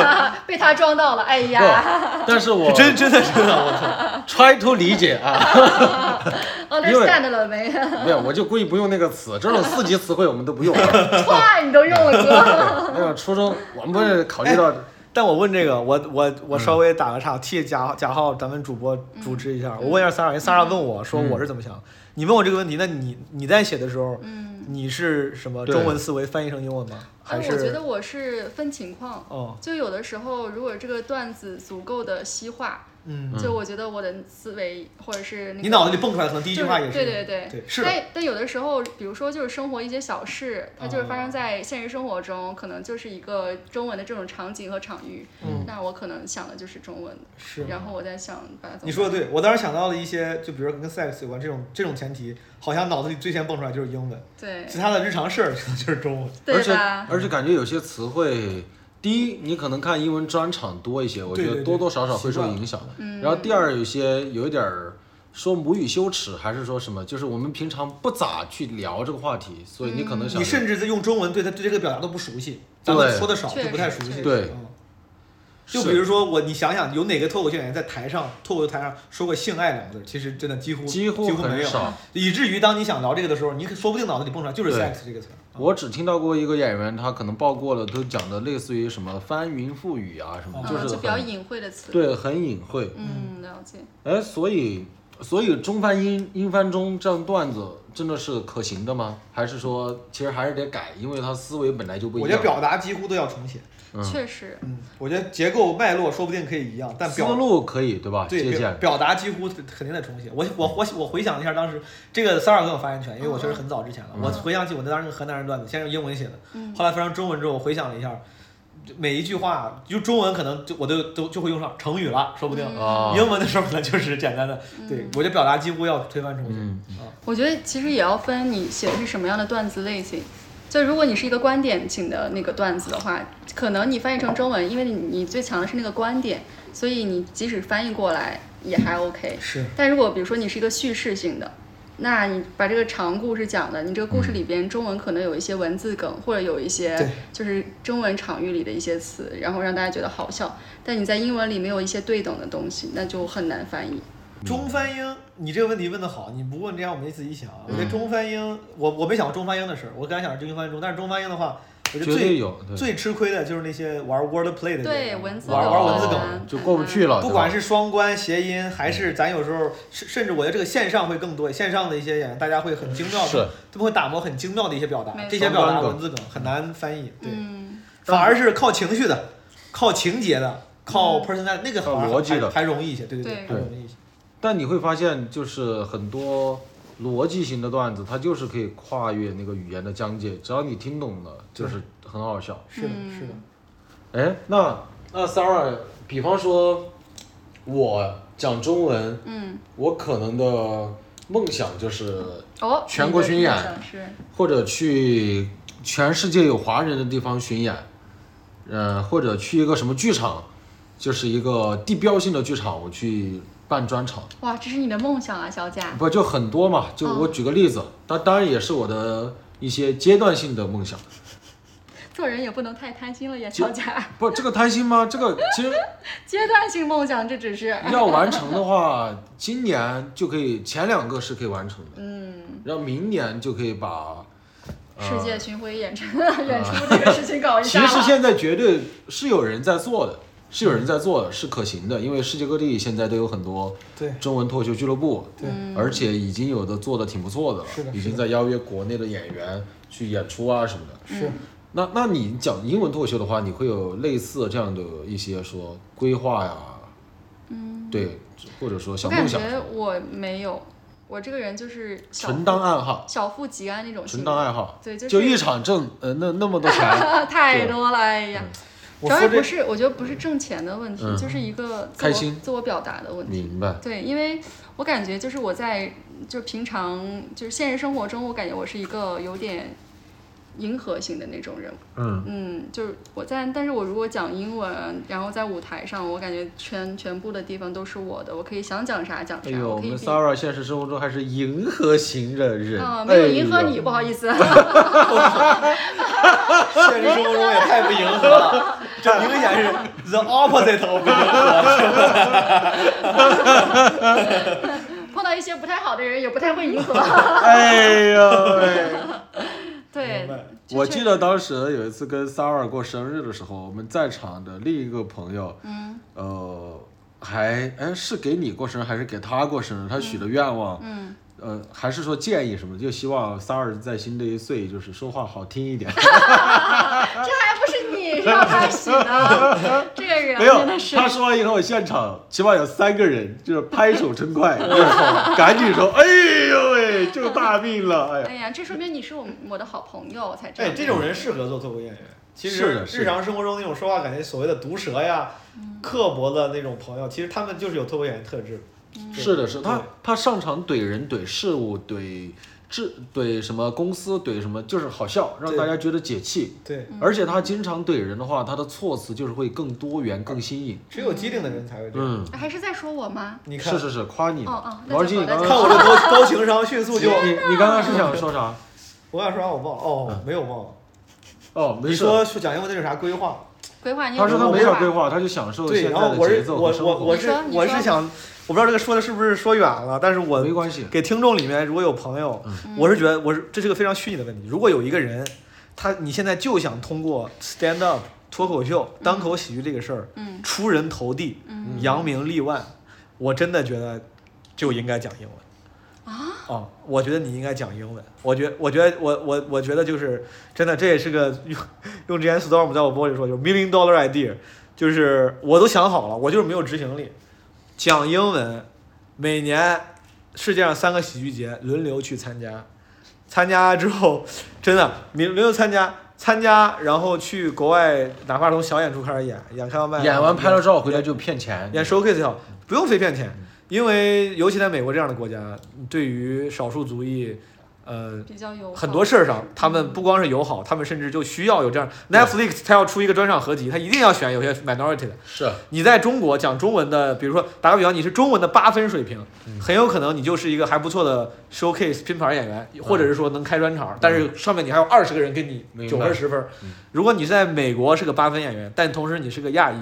被他装到了，哎呀，但是我 是真真的真的，我操， try to 理解啊， understand 了没？没有，我就故意不用那个词，这种四级词汇我们都不用。 哇，你都用了哥，那个初中我们不是考虑到但我问这个，我我我稍微打个岔，替贾贾浩咱们主播嗯主持一下，我问一下 Sara，因为 Sara 问我说我是怎么想的，你问我这个问题，那你你在写的时候，嗯，你是什么对中文思维翻译成英文吗？还哎，是我觉得我是分情况，哦，就有的时候如果这个段子足够的西化，嗯，就我觉得我的思维或者是那你个脑子里蹦出来可能第一句就是话也是对对对对是的但但有的时候，比如说就是生活一些小事，它就是发哦生在现实生活中，可能就是一个中文的这种场景和场域，嗯那我可能想的就是中文，是。然后我在想把它怎么你说的对，我当时想到了一些，就比如说跟 sex 有关这种这种前提，好像脑子里最先蹦出来就是英文，对其他的日常事儿可能就是中文。而对且吧？而且感觉有些词汇，第一你可能看英文专场多一些，我觉对得对多多少少会习受惯影响。嗯然后第二，有些有一点儿说母语羞耻，还是说什么，就是我们平常不咋去聊这个话题，所以你可能嗯想你甚至在用中文对他对这个表达都不熟悉，咱们对说的少确就实不太熟悉。对嗯是就比如说我，你想想有哪个脱口秀演员在台上脱口秀台上说过性爱两个字儿？其实真的几乎几乎乎几没很有，少。以至于当你想聊这个的时候，你可说不定脑子里蹦出来就是对 sex 这个词儿。嗯我只听到过一个演员，他可能报过了，都讲的类似于什么翻云覆雨啊什么，嗯就是嗯、就比较很隐晦的词，对很隐晦。嗯，了解，哎，所以所以中翻英，英翻中这样段子真的是可行的吗？还是说其实还是得改，因为他思维本来就不一我样。觉得表达几乎都要重写。嗯确实，嗯，我觉得结构脉络说不定可以一样，但思表路可以对吧？对借表鉴。表达几乎肯定得重写。我我我我回想了一下当时这个三儿给我发言权，因为我确实很早之前了。嗯我回想起我那当时那个河南人段子，先是英文写的，嗯后来翻成中文之后，我回想了一下，每一句话就中文可能就我都都就会用上成语了，说不定。嗯啊，英文的时候可能就是简单的，对我觉得表达几乎要推翻重写。嗯啊，我觉得其实也要分你写的是什么样的段子类型。就如果你是一个观点型的那个段子的话，可能你翻译成中文，因为你你最强的是那个观点，所以你即使翻译过来也还 OK。是但如果比如说你是一个叙事型的，那你把这个长故事讲的，你这个故事里边中文可能有一些文字梗，或者有一对些就是中文场域里的一些词，然后让大家觉得好笑。但你在英文里没有一些对等的东西，那就很难翻译。嗯中翻英，你这个问题问得好，你不问这样我没仔细想。啊我觉嗯得中翻英，我我没想过中翻英的事儿，我刚才想着英翻中，但是中翻英的话，我觉得绝对最有。对最吃亏的就是那些玩 wordplay 的对人，文字啊玩玩文字梗梗。哦就过不去了。不管对吧嗯是双关、谐音，还是咱有时候，甚甚至我觉得这个线上会更多，线上的一些演员，大家会很精妙是的，他们会打磨很精妙的一些表达没，错这些表达双关梗文字梗很难翻译，对，嗯。反而是靠情绪的、靠情节的、靠 personal 那个靠反而逻辑的还还容易一些，对对嗯对还容易一些。但你会发现，就是很多逻辑型的段子，它就是可以跨越那个语言的疆界，只要你听懂了，就是很好笑。是的，嗯是的。哎，那那 Sarah，比方说，我讲中文，嗯，我可能的梦想就是哦，全国巡演你的梦想是或者去全世界有华人的地方巡演，呃，或者去一个什么剧场，就是一个地标性的剧场，我去办专场，哇，这是你的梦想啊，小贾。不就很多嘛？嗯就我举个例子，当当然也是我的一些阶段性的梦想。做人也不能太贪心了呀，就小贾。 不，这个贪心吗？这个其实阶段性梦想，这只是要完成的话， 今年就可以，前两个是可以完成的，嗯，然后明年就可以把。呃世界巡回演唱演出这个事情搞一啊其下吧。实现在绝对是有人在做的，是有人在做嗯的，是可行的，因为世界各地现在都有很多对中文脱口秀俱乐部，对而且已经有的做的挺不错的了，是的已经是在邀约国内的演员去演出啊什么的。是，那那你讲英文脱口秀的话，你会有类似这样的一些说规划呀，嗯，对，或者说小我感梦想，觉我没有，我这个人就是小纯当爱好，小富即安那种性纯格，当爱好，对，就就是一场挣呃那那么多钱， 太多了，哎呀，主我要说也不这是，我觉得不是挣钱的问题，嗯就是一个自开我心自我表达的问题。明白，对，因为我感觉就是我在就是平常就是现实生活中，我感觉我是一个有点迎合型的那种人，嗯，嗯，就是我在，但是我如果讲英文，然后在舞台上，我感觉全全部的地方都是我的，我可以想讲啥讲啥，哎呦，我可以们比 Sarah 现实生活中还是迎合型的人，啊、没有迎合哎呦你，不好 意思， 现实生活中也太不迎合 了，这明显是 the opposite of 不迎合。碰到一些不太好的人也不太会 迎合。哎呦喂！对明白，就我 确记得当时有一次跟 Sarah 过生日的时候，我们在场的另一个朋友，嗯，呃，还哎是给你过生日还是给他过生日？他许的愿望，嗯，呃，还是说建议什么？就希望 Sarah 在新的一岁就是说话好听一 点。这还不是你让他许的， 这个人没有啊真的，是他说完以后，现场起码有三个人就是拍手称 快，就是赶紧说，哎呦喂，救大命了！ 哎呀，哎呀，这说明你是我我的好朋友才 这哎，样。这种人适合做脱口秀演员。其是实的是的日常生活中那种说话感觉所谓的毒舌呀、嗯刻薄的那种朋友，其实他们就是有脱口秀演员特质。是的，是的对他他上场怼人、怼事物、怼制、怼什么公司、怼什么，就是好笑，让对大家觉得解气。对，嗯而且他经常怼人的话，他的措辞就是会更多元、更新颖。只有机灵的人才会这样。嗯，还是在说我吗？你看是，是是，夸你呢。哦哦那就毛主席，好你刚刚那就看我这高高情商，迅速你就你你刚刚是想说啥？我想说啥我忘了哦，没有忘了。哦，没你事。说说蒋英文那有啥规划？规划你有他说他什么没有规划，他就享受对，现然在后的我节是奏我和生我活我。你是说你我说是想，我不知道这个说的是不是说远了，但是我没关系，给听众里面，如果有朋友，我是觉得我是这是个非常虚拟的问题。如果有一个人，他你现在就想通过 stand up 脱口秀、单口喜剧这个事儿，嗯出人头地、扬名立万，我真的觉得就应该讲英文。啊、我觉得你应该讲英文。我觉，我觉得，我我我觉得就是真的，这也是个用用之前 Storm 在我播里说，就是 million dollar idea，就是我都想好了，我就是没有执行力。讲英文，每年世界上三个喜剧节轮流去参加，参加之后真的轮流参加，参加然后去国外，哪怕从小演出开始演，啊演开放麦，演完拍了照回来就骗钱。演 showcase 也好，不用非骗钱，因为尤其在美国这样的国家，对于少数族裔，呃。比较友好很多事儿上，他们不光是友好，他们甚至就需要有这样。Netflix 他要出一个专场合集，他一定要选有些 minority 的，是啊你在中国讲中文的，比如说打个比方，你是中文的八分水平，嗯很有可能你就是一个还不错的 showcase 拼盘演员，或者是说能开专场，但是上面你还有二十个人给你嗯明九白嗯分十分。如果你在美国是个八分演员，但同时你是个亚裔，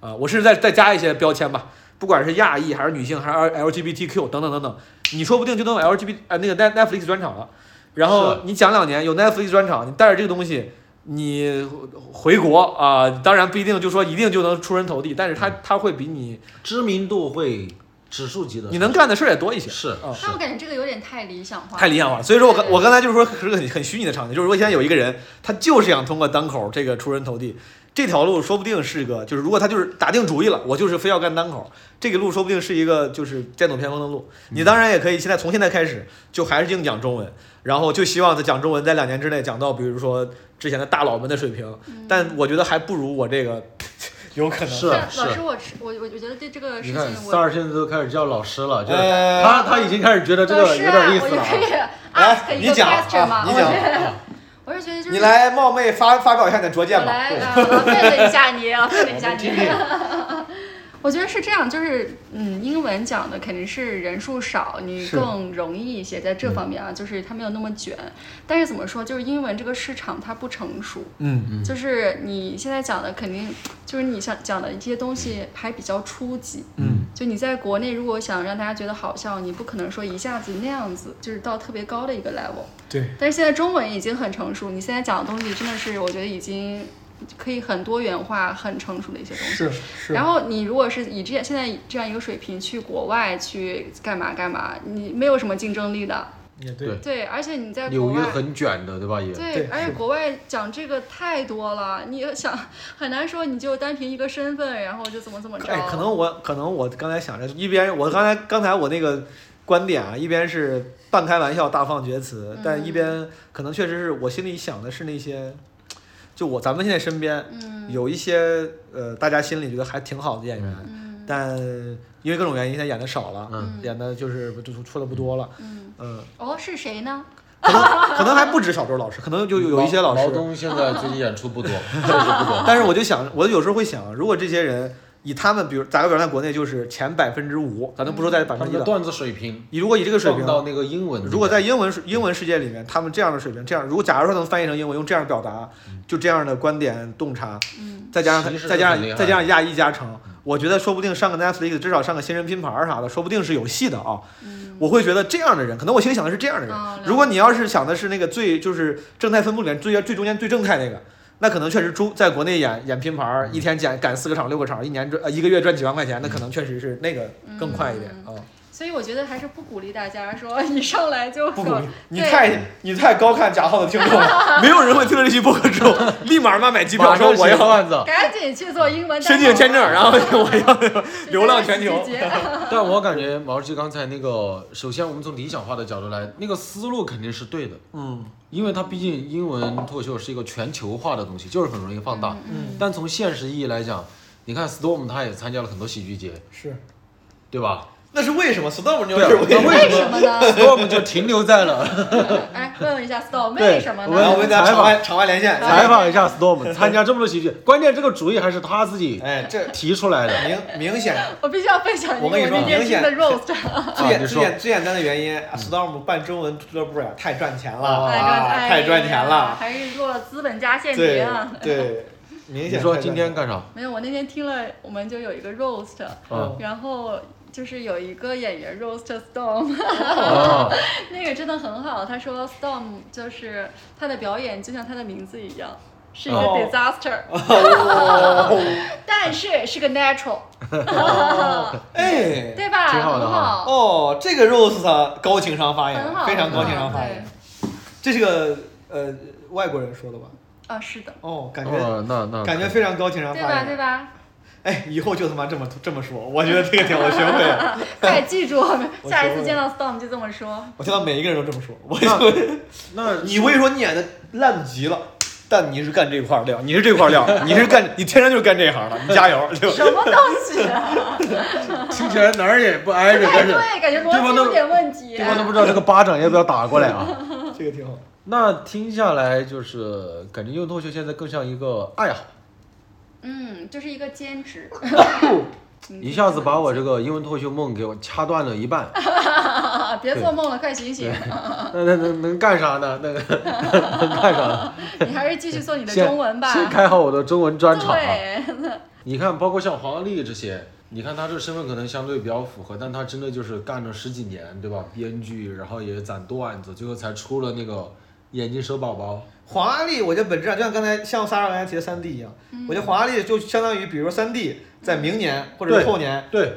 啊、我甚至再再加一些标签吧，不管是亚裔还是女性还是 LGBTQ 等等等等，你说不定就能有 LGBT 呃那个 Net- Netflix 专场了。然后是你讲两年有 Netflix 专场，你带着这个东西，你回国啊、当然不一定就说一定就能出人头地，但是它它会比你知名度会指数级的。你能干的事儿也多一些，是啊是但我感觉这个有点太理想化，太理想化了。所以说我刚我刚才就是说是个很很虚拟的场景，就是如果现在有一个人，他就是想通过单口这个出人头地，这条路说不定是个，就是如果他就是打定主意了，我就是非要干单口，这个路说不定是一个就是剑走偏锋的路。你当然也可以现在从现在开始就还是硬讲中文，然后就希望他讲中文在两年之内讲到比如说之前的大佬们的水平，嗯但我觉得还不如我这个 有可能是但老师，我我我我觉得对这个事你情看，我，三儿现在都开始叫老师了，就是哎他他已经开始觉得这老个师有点意思我就了可啊。以来 ask 一你个讲 question 吗？啊我你觉讲得，我是觉得就是你，来冒昧发发表一下你的拙见我吧。来对啊，我问了一下 你，我问了一下听你听。 我觉得是这样，就是嗯，英文讲的肯定是人数少，你是嗯更容易一些，在这方面啊，就是它没有那么卷。但是怎么说，就是英文这个市场它不成熟，嗯嗯就是你现在讲的肯定就是你想讲的一些东西还比较初级。嗯，就你在国内如果想让大家觉得好笑，你不可能说一下子那样子，就是到特别高的一个 level。对，但是现在中文已经很成熟，你现在讲的东西真的是我觉得已经可以很多元化、很成熟的一些东西。是是。然后你如果是以这样现在以这样一个水平去国外去干嘛干嘛，你没有什么竞争力的。也对对对，而且你在国纽约外。很卷的，对吧？也对，对而且国外讲这个太多了，你也想很难说你就单凭一个身份，然后就怎么怎么着。哎，可能我可能我刚才想着，一边我刚才刚才我那个观点啊，一边是半开玩笑大放厥词，嗯但一边可能确实是我心里想的是那些，就我咱们现在身边嗯有一些呃，大家心里觉得还挺好的演员，嗯但因为各种原因，现在演的少了，嗯演的就是就就说的不多了，嗯，嗯，哦，是谁呢？可能可能还不止小周老师，可能就有有一些老师，毛东现在最近演出不 多，确实不多。但是我就想，我有时候会想，如果这些人以他们，比如打个比方，在国内就是前百分之五，咱就不说在百嗯他分们之一的了。段子水平以如果以这个水放到平，那个英文里面，如果在英文世英文世界里面，他们这样的水平，这样如果假如说能翻译成英文，用这样的表达，嗯就这样的观点洞察，嗯再加上其实他再加很厉害上再加上亚裔加成，我觉得说不定上个 Netflix，至少上个新人拼盘儿啥的，说不定是有戏的啊。嗯，我会觉得这样的人，可能我心里想的是这样的人哦了。解如果你要是想的是那个最就是正态分布里面最最中间最正态那个，那可能确实中在国内演演拼盘嗯儿，一天赶赶四个场六个场，一年赚呃一个月赚几万块钱，那可能确实是那个嗯更快一点啊。所以我觉得还是不鼓励大家说一上来就不鼓励你对太你太高看贾浩的听众 了，没有人会听了这期播客之 后立马买买机票马说上我写要 段子，赶紧去做英 文申请签证， 然后我要后 流浪全球。但我感觉毛主席刚才那个，首先我们从理想化的角度来，那个思路肯定是对的，嗯因为它毕竟英文脱口秀是一个全球化的东西，就是很容易放大。 嗯但从现实意义来讲，你看 Storm 他也参加了很多喜剧节，是，对吧？那是为什么？Storm 牛对啊是为什么？为什么呢？ Storm 就停留在 了哎，问问一下 Storm，对为什么我然后我呢？们大家场外场外连线，采访一下 Storm，参加这么多喜剧，关键这个主意还是他自己哎这提出来的。明明显我必须要分享一个我跟你说那天明听显的 roast，最啊简你最说简最简单的原因啊，Storm 办中文俱乐部呀，太赚钱了哎啊啊，太赚钱了，还是落了资本家陷对阱啊。对， 明你显。说今天，干啥？没有，我那天听了，我们就有一个 roast，啊然后就是有一个演员 roast Storm，啊！ 那个真的很好。他说 Storm 就是他的表演就像他的名字一样，是一个哦 disaster，、哦，但是是 个 natural，、哎，对吧？挺好的很啊好，哦，这个 Rose 她高情商发言很，好，非常高很情好商发言对，这是个呃外国人说的吧？啊，是的，哦，感觉哦，那那感觉非常高情商对发吧？对言。吧？哎，以后就他妈这么这么说，我觉得这个挺我学会 了， 快记住，我下一学次会见到 Storm 就这么说。我听到每一个人都这么说，我 那就。那你我跟你说，你演的烂极了，但你是干这块料，你是这块 料，你是干，你天生就是干这行的，你加油！就什么东西、 啊？听起来哪儿也不挨着，哎，但是对，感觉对方逻辑都有点问题、啊对方都不知道这个巴掌要不要打过来啊。 这个挺好。那听下来就是感觉用脱口秀现在更像一个爱好，嗯，就是一个兼职。 嗯一下子把我这个英文脱口秀梦给我掐断了一半。啊，别做梦了，快醒醒！那那能能干啥呢？那个能干啥呢？ 你还是继续做你的先中文吧。先 开好我的中文专场啊！啊对，你看，包括像黄丽这些，你看她这身份可能相对比较符合，但她真的就是干了十几年，对吧？编剧，然后也攒段子，最后才出了那个眼镜蛇宝宝。黄阿丽，我觉得本质上就像刚才像莎莎刚才提的三 D 一样，嗯我觉得黄阿丽就相当于，比如说三 D 在明年或者对是后年对，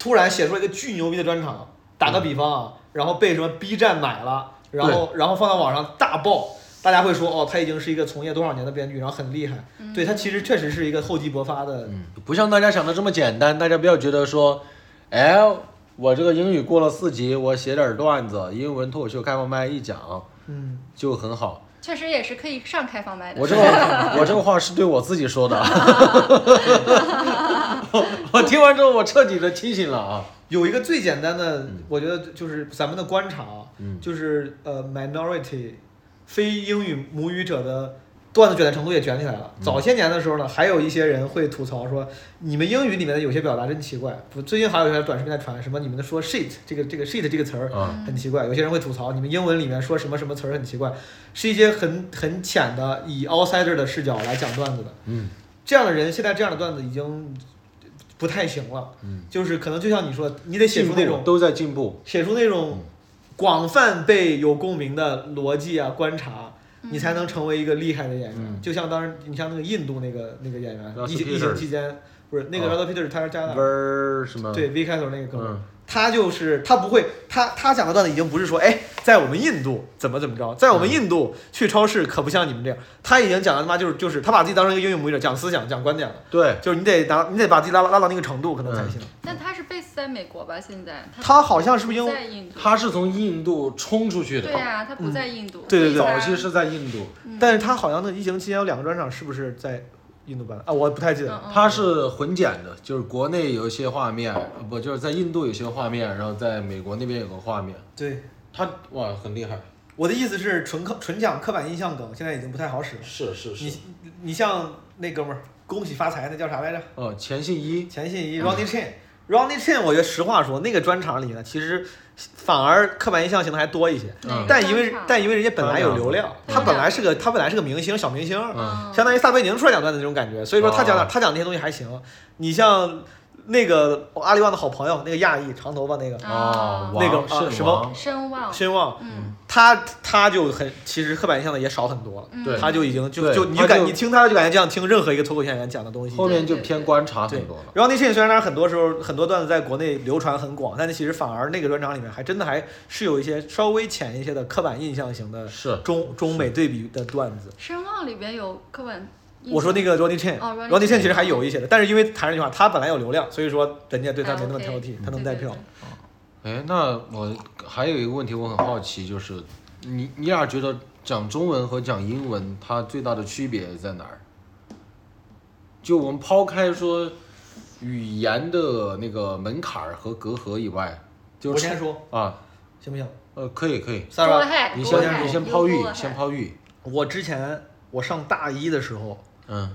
突然写出了一个巨牛逼的专场，打个比方啊，然后被什么 B 站买了，然后然后放到网上大爆。大家会说哦，他已经是一个从业多少年的编剧，然后很厉害。对他其实确实是一个厚积薄发的。不像大家想的这么简单，大家不要觉得说，哎，我这个英语过了四级，我写点段子，英文脱口秀开放麦一讲嗯，就很好。确实也是可以上开放麦的。我这个我这个话是对我自己说的， 我听完之后我彻底的清醒了啊。有一个最简单的，我觉得就是咱们的观察啊，嗯就是呃，minority 非英语母语者的段子卷的程度也卷起来了。嗯早些年的时候呢，还有一些人会吐槽说，你们英语里面的有些表达真奇怪。不，最近还有一条短视频在传什么，你们的说 shit 这个这个 shit 这个词儿嗯很奇怪，有些人会吐槽你们英文里面说什么什么词儿很奇怪，是一些很很浅的以 outsider 的视角来讲段子的。嗯，这样的人现在这样的段子已经不太行了。嗯，就是可能就像你说，你得写进出那步种都在进步，写出那种广泛被有共鸣的逻辑啊、观察，你才能成为一个厉害的演员。嗯就像当时你像那个印度那个那个演员， Russell 疫情 Peters 疫情期间不是那个啊 Ralph Peter，他是加拿不大。是什么？对 V 开头那个哥们儿嗯，他就是他不会，他他讲的段子已经不是说，哎，在我们印度怎么怎么着，在嗯我们印度去超市可不像你们这样，他已经讲的他妈就是就是他把自己当成一个英语母语者讲思想讲观点了，对，就是你得拿你得把自己拉拉到那个程度可能才嗯行。但他是 base 在美国吧？现在他他好像是不是因不为在印度？他是从印度冲出去的嗯对，啊呀、他不在印度。啊对对对所以早他期是在印度，嗯但是他好像那疫情期间有两个专场，是不是在印度办的啊？我不太记得。嗯嗯它是混剪的，就是国内有一些画面，呃不就是在印度有些画面，然后在美国那边有个画面，对，它哇很厉害，我的意思是纯刻纯讲刻板印象梗，现在已经不太好使了。是是你你像那哥们儿，恭喜发财那叫啥来着？哦，钱信一，钱信一嗯 Ronnie Chan。Ronnie Chan，我觉得实话说，那个专场里呢，其实反而刻板印象型的还多一些。哪个但因为专场但因为人家本来有流量，嗯他本来是个他本来是个明星小明星，嗯，相当于撒贝宁出来讲段子那种感觉，所以说他讲的、哦他讲那些东西还行。你像那个阿里旺的好朋友，那个亚裔长头发那个，哦，那个王啊慎什么王啊声望，申旺，嗯，他他就很其实刻板印象的也少很多了，嗯对他就已经就对就你他感就你听他就感觉这样听任何一个脱口秀演员讲的东西。后面就偏观察对很多了，然后那些虽然他很多时候很多段子在国内流传很广，但是其实反而那个专场里面还真的还是有一些稍微浅一些的刻板印象型的是中中美对比的段子。声望里边有刻板印象。我说那个 Ronnie Chan，Ronnie、哦，Ronnie Chan Chan 其实还有一些的，但是因为谈上一句话，他本来有流量，所以说人家对啊他没那么挑剔，他能带票。哎，那我还有一个问题我很好奇，就是你你俩觉得讲中文和讲英文它最大的区别在哪儿？就我们抛开说语言的那个门槛儿和隔阂以外，就我是先说啊，行不行呃，可以可以，对对对 Go ？Sarah， ahead，你 go 先 ahead，你先 you 抛 go 玉， ahead 先抛玉，我之前我上大一的时候，嗯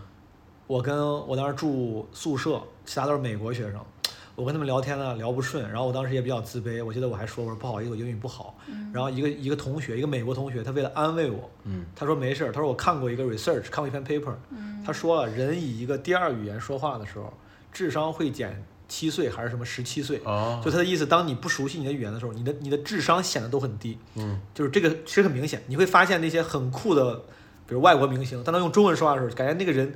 我跟我当时住宿舍，其他都是美国学生，我跟他们聊天呢聊不顺，然后我当时也比较自卑，我记得我还说我说不好意思，我英语不好。然后一个一个同学，一个美国同学，他为了安慰我，嗯他说没事儿，他说我看过一个 research，看过一篇 paper，他说了人以一个第二语言说话的时候，智商会减七岁还是什么十七岁。哦，就他的意思，当你不熟悉你的语言的时候，你的你的智商显得都很低。嗯就是这个其实很明显，你会发现那些很酷的，比如外国明星，当他用中文说话的时候，感觉那个人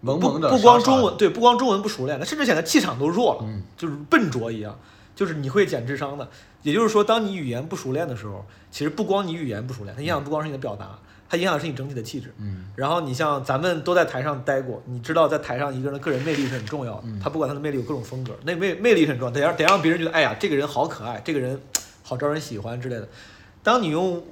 萌不萌的，不光傻傻的中文，对，不光中文不熟练，他甚至显得气场都弱了，嗯就是笨拙一样，就是你会减智商的。也就是说，当你语言不熟练的时候，其实不光你语言不熟练，它影响不光是你的表达，它影响的是你整体的气质。嗯然后你像咱们都在台上待过，你知道在台上一个人的个人魅力是很重要的。嗯他不管他的魅力有各种风格，那魅魅力是很重要的，得让得让别人觉得，哎呀，这个人好可爱，这个人好招人喜欢之类的。当你用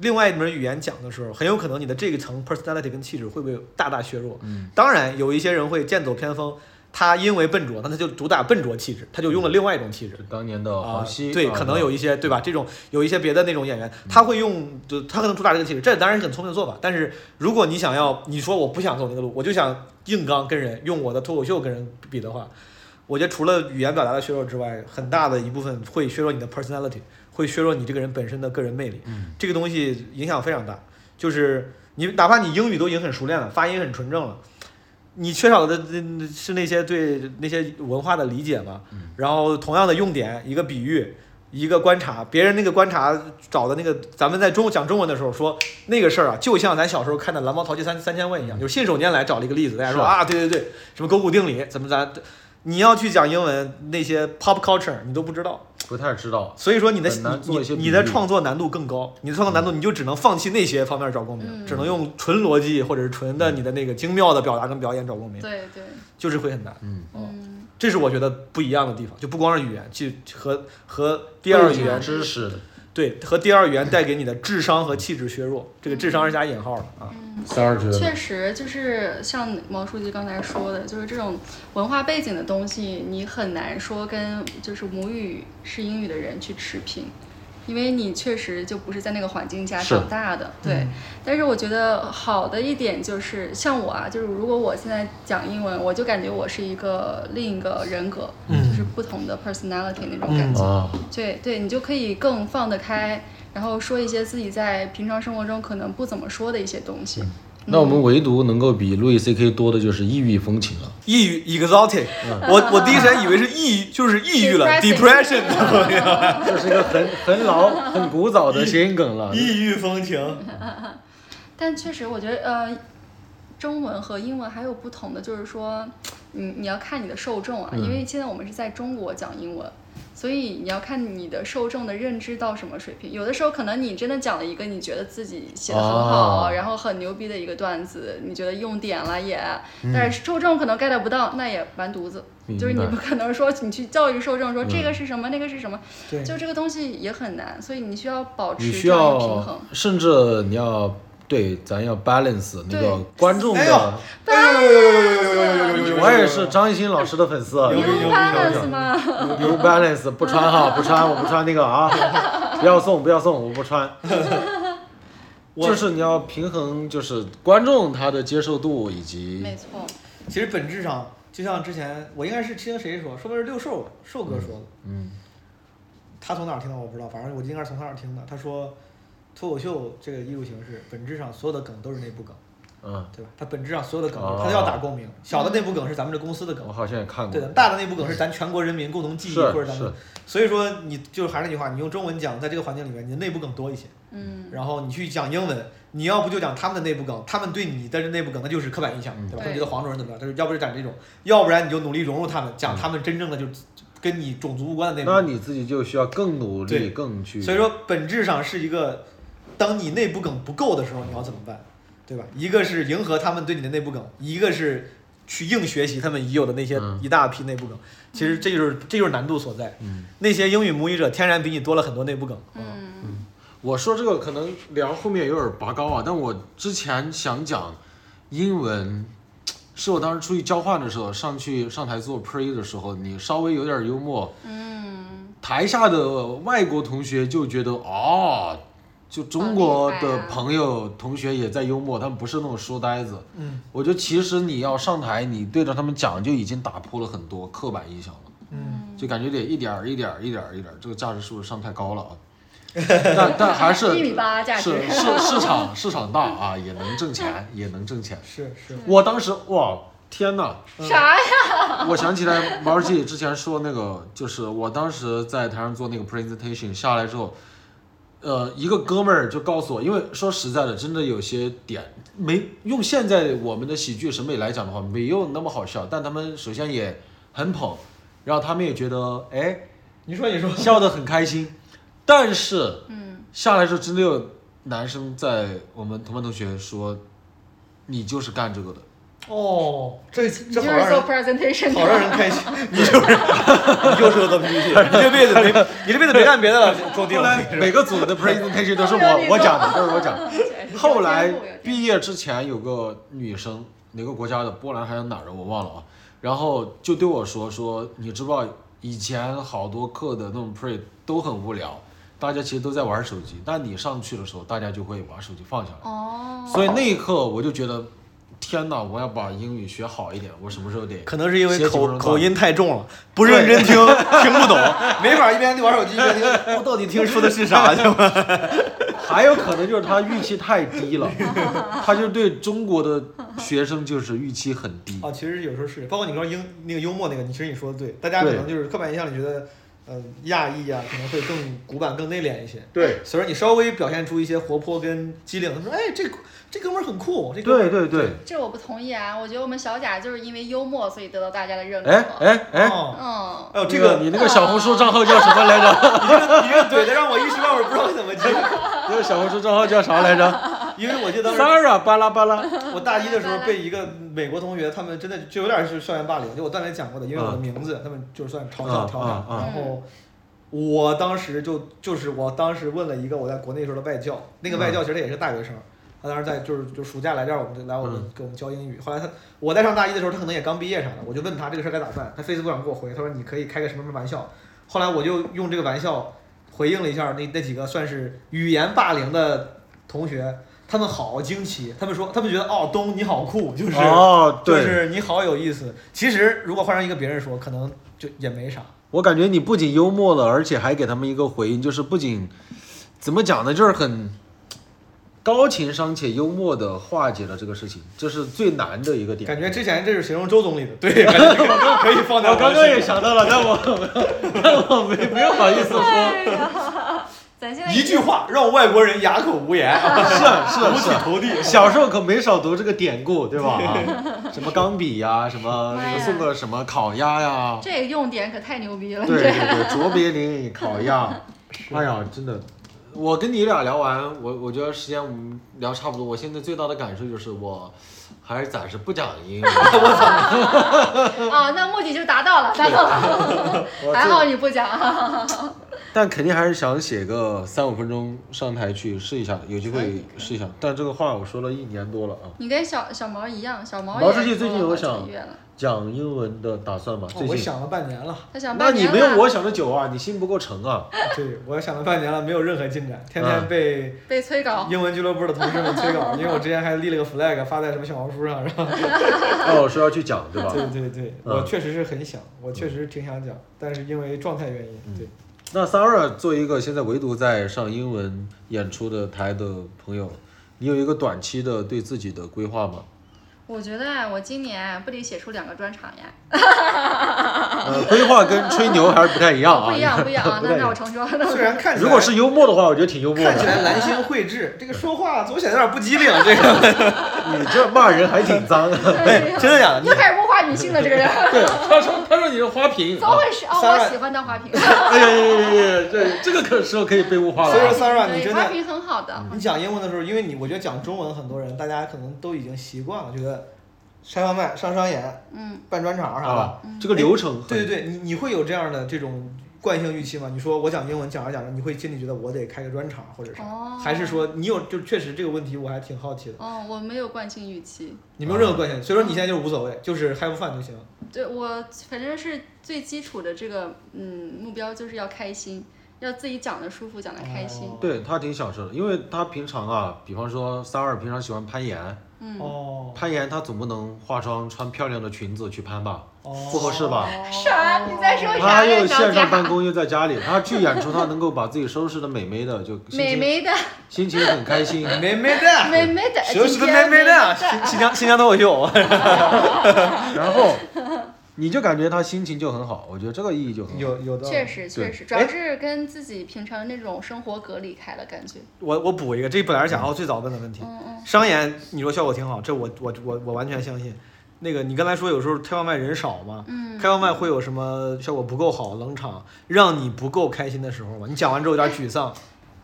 另外一门语言讲的时候，很有可能你的这个层 personality 跟气质会被大大削弱。嗯当然，有一些人会剑走偏锋，他因为笨拙，那他就主打笨拙气质，他就用了另外一种气质就。当年的啊黄西，对，啊可能有一些对吧？这种有一些别的那种演员，他会用，就他可能主打这个气质，这当然是很聪明的做法。但是如果你想要，你说我不想走那个路，我就想硬刚跟人，用我的脱口秀跟人比的话，我觉得除了语言表达的削弱之外，很大的一部分会削弱你的 personality，会削弱你这个人本身的个人魅力。嗯这个东西影响非常大，就是你哪怕你英语都已经很熟练了，发音很纯正了。你缺少的呃是那些对那些文化的理解嘛，然后同样的用典，一个比喻，一个观察，别人那个观察找的那个，咱们在中讲中文的时候说那个事儿啊，就像咱小时候看的《蓝猫淘气三三千问》一样，就是信手拈来找了一个例子，大家说是啊，对对对，什么勾股定理，怎么咱，你要去讲英文那些 pop culture 你都不知道，不太知道。所以说你的很难你做一些你比你的喻创作难度更高，你的创作难度你就只能放弃那些方面找共鸣，只能用纯逻辑或者是纯的你的那个精妙的表达跟表演找共鸣，对对，就是会很难。嗯哦嗯，这是我觉得不一样的地方，就不光是语言，去和和第第二二语语言言知识，对和第二语言带给你的智商和气质削弱，这个智商是加引号的啊。三二觉得确实就是像毛书记刚才说的，就是这种文化背景的东西，你很难说跟就是母语是英语的人去持平。因为你确实就不是在那个环境下是长大的，对。但是我觉得好的一点就是，像我啊，就是如果我现在讲英文，我就感觉我是一个另一个人格，就是不同的 personality 那种感觉。啊，对对，你就可以更放得开，然后说一些自己在平常生活中可能不怎么说的一些东西。那我们唯独能够比路易 C K 多的就是异域风情了。抑郁 exotic，我我第一时间以为是抑郁，就是抑郁了 Depressing depression，这是一个很 很老、很古早的谐音梗了。异域风情。但确实，我觉得呃，中文和英文还有不同的，就是说，嗯你你要看你的受众啊，因嗯为现在我们是在中国讲英文。所以你要看你的受众的认知到什么水平，有的时候可能你真的讲了一个你觉得自己写的很好，哦然后很牛逼的一个段子，你觉得用点了也，但是受众可能 get 不到，那也完犊子。嗯明就是你白嗯不可能说你去教育受众说这个是什么、那个是什么，对就这个东西也很难，所以你需要保持你需这样一个平要衡。，甚至你要对，咱要 balance 那个对观众哎呦的。哎呦呦呦呦呦呦呦呦呦！我也是张艺兴老师的粉丝啊，牛逼牛逼牛逼 balance 吗？有 balance 不穿哈，不穿我不穿那个 啊，不要送不要送，我不 穿。我就是你要平衡，就是观众他的接受度以及没错，其实本质上，就像之前我应该是听谁说，说的是六兽兽哥说的，嗯他从哪儿听的我不知道，反正我应该是从他那儿听的。他说，脱口秀这个艺术形式，本质上所有的梗都是内部梗，嗯，对吧？它本质上所有的梗哦，它要打共鸣。小的内部梗是咱们这公司的梗我，好像也看过对的；，大的内部梗是咱全国人民共同记忆，是或者咱是们。所以说，你就还是那句话，你用中文讲，在这个环境里面，你的内部梗多一些。嗯，然后你去讲英文，你要不就讲他们的内部梗，他们对你的内部梗那就是刻板印嗯象，对吧？他们觉得黄种人怎么样，就是要不就讲这种，要不然你就努力融入他们，讲他们真正的就跟你种族无关的内部那梗。你自己就需要更努力，对更去。所以说，本质上是一个，当你内部梗不够的时候，你要怎么办，对吧？一个是迎合他们对你的内部梗，一个是去硬学习他们已有的那些嗯一大批内部梗。其实这就是这就是难度所在。嗯那些英语母语者天然比你多了很多内部梗。哦嗯，我说这个可能聊后面有点拔高啊，但我之前想讲英文，是我当时出去交换的时候，上去上台做 pre 的时候，你稍微有点幽默，嗯，台下的外国同学就觉得哦，就中国好厉害的啊朋友、同学也在幽默，他们不是那种书呆子。嗯我觉得其实你要上台，你对着他们讲，就已经打破了很多刻板印象了。嗯，就感觉得一点儿一点儿一点儿一点儿，这个价值是不是上太高了 啊？但但还是一米八价值是 市市场市场大啊，也能挣钱，也能挣钱。是是。我当时哇，天哪！嗯啥呀？我想起来毛主席之前说那个，就是我当时在台上做那个 presentation 下来之后，呃，一个哥们儿就告诉我，因为说实在的，真的有些点没用现在我们的喜剧审美来讲的话，没有那么好笑，但他们首先也很捧，然后他们也觉得哎。你说你说， 笑得很开心，但是嗯，下来之后真的有男生在我们同班同学说，你就是干这个的，哦，这你这就是好让做人 presentation 好让的，人开心， 你就是你就是个这么 一句，你这辈子没你这辈子别干别的了，够定后了。来每个组 的 presentation 都是都是 我你我做讲的，都是我讲的。 后来有天赋有天赋毕业之前有个女生，哪个国家的，波兰还是哪儿的，我忘了啊。然后就对我说说，你知不知道以前好多课的那种 pre 都很无聊，大家其实都在玩手机，但你上去的时候，大家就会把手机放下来。哦，所以那一刻我就觉得，天哪！我要把英语学好一点，我什么时候得？可能是因为写几分口钟口音太重了，不对认真听， 听不懂，没法一边 玩手机一边听，我到底听说的是 啥去吧？还有可能就是他预期太低了，他就对中国的学生就是预期很低。啊，其实有时候是，包括你说英那个幽默那个，你其实你说的对，大家可能就是刻板印象里觉得呃亚裔啊，可能会更古板、更内敛一些。对所以说你稍微表现出一些活泼跟机灵，他们说哎这这哥们儿很酷，这哥们对儿对对，这我不同意啊！我觉得我们小贾就是因为幽默，所以得到大家的认可。哎哎哎，哦，嗯，哎呦这那 个你那个小红书账号叫什么来着？ 你这个怼的让我一时半会儿不知道怎么接，那个小红书账号叫啥来着因为我记得当时？Sarah 巴拉巴拉，我大一的时候被一个美国同学，他们真的就有点是校园霸凌，就我刚才讲过的，因为我的名字，他们就算嘲笑嗯调侃。嗯嗯然后我当时就就是我当时问了一个我在国内时候的外教，那个外嗯教其实他也是个大学生，他当时在就是就暑假来这儿，我们就来我们嗯给我们教英语。后来他我在上大一的时候，他可能也刚毕业啥的，我就问他这个事儿该咋办，他 Facebook 上给我回，他说你可以开个什么什么玩笑。后来我就用这个玩笑回应了一下那那几个算是语言霸凌的同学，他们好惊奇，他们说他们觉得哦东你好酷，就是、哦， 就对，是你好有意思。其实如果换成一个别人说，可能就也没啥。我感觉你不仅幽默了，而且还给他们一个回应，就是不仅怎么讲呢，就是很高情商且幽默的化解了这个事情，这是最难的一个点。感觉之前这是形容周总理的，对，感觉这个可以放在 我刚的刚也身上想到了，但我 但我没没有好意思说。哎 呀，咱现在一句话让外国人哑口无言， 是啊是啊五是体啊，投地。小时候可没少读这个典故，对吧？啊，什么钢笔呀、什么妈那呀个送个什么烤鸭呀、这个用点可太牛逼了！对这对对，卓别林 烤鸭，哎呀，真的，我跟你俩聊完，我我觉得时间我们聊差不多，我现在最大的感受就是我还是暂时不讲英语，啊，那目的就达到了，达到了。我还这好你不讲啊。但肯定还是想写个三五分钟上台去试一下的，有机会试一下。但这个话我说了一年多了啊，你跟小小毛一样，小毛毛也书记最近有做了想好几个月了，讲英文的打算吗？哦 最我近？想了半年了，他想那半你年没有了我想的久啊，你心不够诚 啊。对，我想了半年了，没有任何进展，天嗯天被被催稿，英文俱乐部的同事们催稿，因为我之前还立了个 flag 发在什么小红书上，然后哦，说要去讲 对吧？对对对，嗯我确实是很想，我确实挺想讲，但是因为状态原嗯因， 对，那 Sarah 作为一个现在唯独在上英文演出的台的朋友，你有一个短期的对自己的规划吗？我觉得啊我今年不得写出两个专场呀？呃，规划跟吹牛还是不太一样啊。不一样，不一样啊！ 不太那一那我样。重说，那我虽然看起来如果是幽默的话，我觉得挺幽默看起的。来兰心蕙质，这个说话总显得有点不机灵，这个你这骂人还挺脏。 哎真的假的？你 又开始物化女性了，这个人对，他说他说你是花瓶怎么回事？哦， Sarah- 我喜欢 当花瓶，哎呀呀呀呀呀！这这个可时候可以被物化所以说了。啊 Sarah，你对，真花的瓶很好的。你讲英文的时候，因为你我觉得讲中文很多人大家可能都已经习惯了，觉得开外卖、上商演、嗯，办专场啥的。啊，这个流程很哎对对对，你你会有这样的这种惯性预期吗？你说我讲英文讲着讲着，你会心里觉得我得开个专场或者啥？哦，还是说你有就确实这个问题我还挺好奇的，哦，我没有惯性预期，你没有任何惯性，所以说你现在就是无所谓，就是 have fun 就行。对我反正是最基础的这个嗯目标就是要开心，要自己讲的舒服，讲的开心。哦对他挺享受的，因为他平常啊，比方说 Sarah 平常喜欢攀岩，嗯，哦攀岩他总不能化妆穿漂亮的裙子去攀吧，哦，不合适吧？啥？啊你在说啥他呀？又高线上办佳？公又在家里，他去演出他能够把自己收拾的美美的，就心美情眉的， 心情很开心。美美的，美眉的，时候是今个天美美的，新新疆新疆脱口秀。然后你就感觉他心情就很好，我觉得这个意义就很好。有有的，确实对哎确实，主要是跟自己平常那种生活隔离开了，感觉。我我补一个，这本来是想奥最早问的问题，嗯嗯，商演，你说效果挺好，这我我我我完全相信。那个你刚才说有时候开外卖人少嘛，嗯开外卖会有什么效果不够好、冷场，让你不够开心的时候嘛？你讲完之后有点沮丧，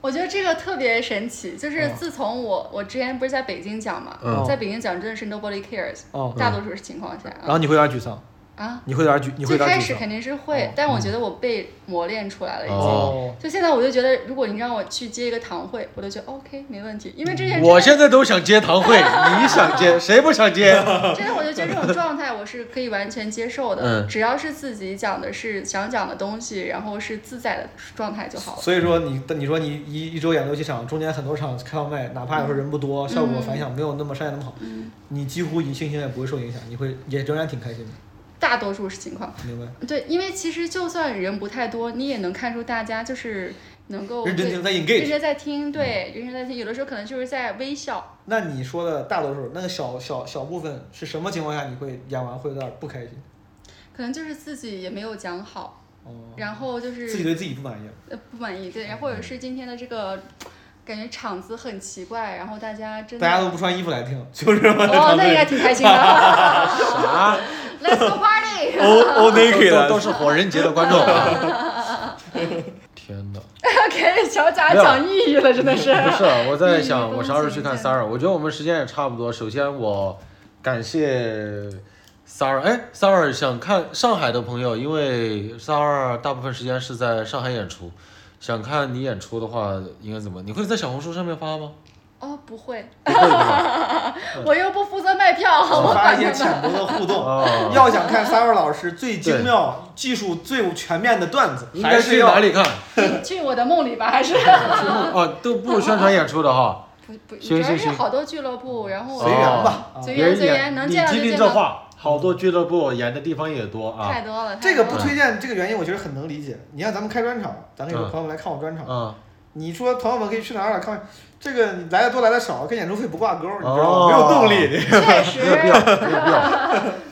我觉得这个特别神奇，就是嗯自从我我之前不是在北京讲嘛，哦嗯在北京讲真的是 nobody cares，哦，大多数情况下然后啊你会有点沮丧，啊，你会有点沮，你会最有点开沮始丧。肯定是会，但我觉得我被磨练出来了已经。嗯哦，就现在我就觉得，如果你让我去接一个堂会，我都觉得 OK 没问题，因为之前我真现在都想接堂会，你想接谁不想 接？的真的我就觉得这种状态我是可以完全接受的，嗯只要是自己讲的是想讲的东西，然后是自在的状态就好了。所以说你你说你一一周演六七场，中间很多场开外卖，哪怕有时候人不多，效嗯果反响没有那么商演那么好，你几乎你心情也不会受影响，你会也仍然挺开心的，大多数是情况，明白？对，因为其实就算人不太多，你也能看出大家就是能够认真哦对听在认 engage。真在听，对，嗯认真在听，有的时候可能就是在微笑。那你说的大多数那个小小小部分是什么情况下你会演完会有点不开心？可能就是自己也没有讲好，哦，然后就是自己嗯对自己不满意，呃不满意，对，然后或者是今天的这个感觉场子很奇怪，然后大家真的大家都不穿衣服来听，就是我的哦，团那应该队挺开心的啥？ ，Let's go party， ，O O naked 都都了，是火人节的观众。啊 天哪！ 给小贾讲抑郁了，真 的是。不是，我在想嗯我啥时候去看 Sara。我觉得我们时间也差不多。首先，我感谢 Sara。哎，Sara 想看上海的朋友，因为 Sara 大部分时间是在上海演出，想看你演出的话，应该怎么？你会在小红书上面发吗？哦，不会，不会吧？ 我又不负责卖票，我哦发一管些他们。浅薄的互动。哦，要想看三位老师最精妙、技术最全面的段子，应还该是去要哪里看？你去我的梦里吧，还是哦，都不宣传演出的哈。不不，主行要行是行好多俱乐部，然后我随缘吧。啊 随别缘人随演，缘，能你见到听就听见这到，话，好多俱乐部演的地方也多啊太。多了。太这个多不了推荐，这个原因我觉得很能理解。你看咱们开专场，咱可以说嗯朋友们来看我专场，嗯，你说朋友们可以去哪儿了看？这个你来的多来的少，跟演出费不挂钩，你知道吗？哦没有动力。确没有必要，实没有必要。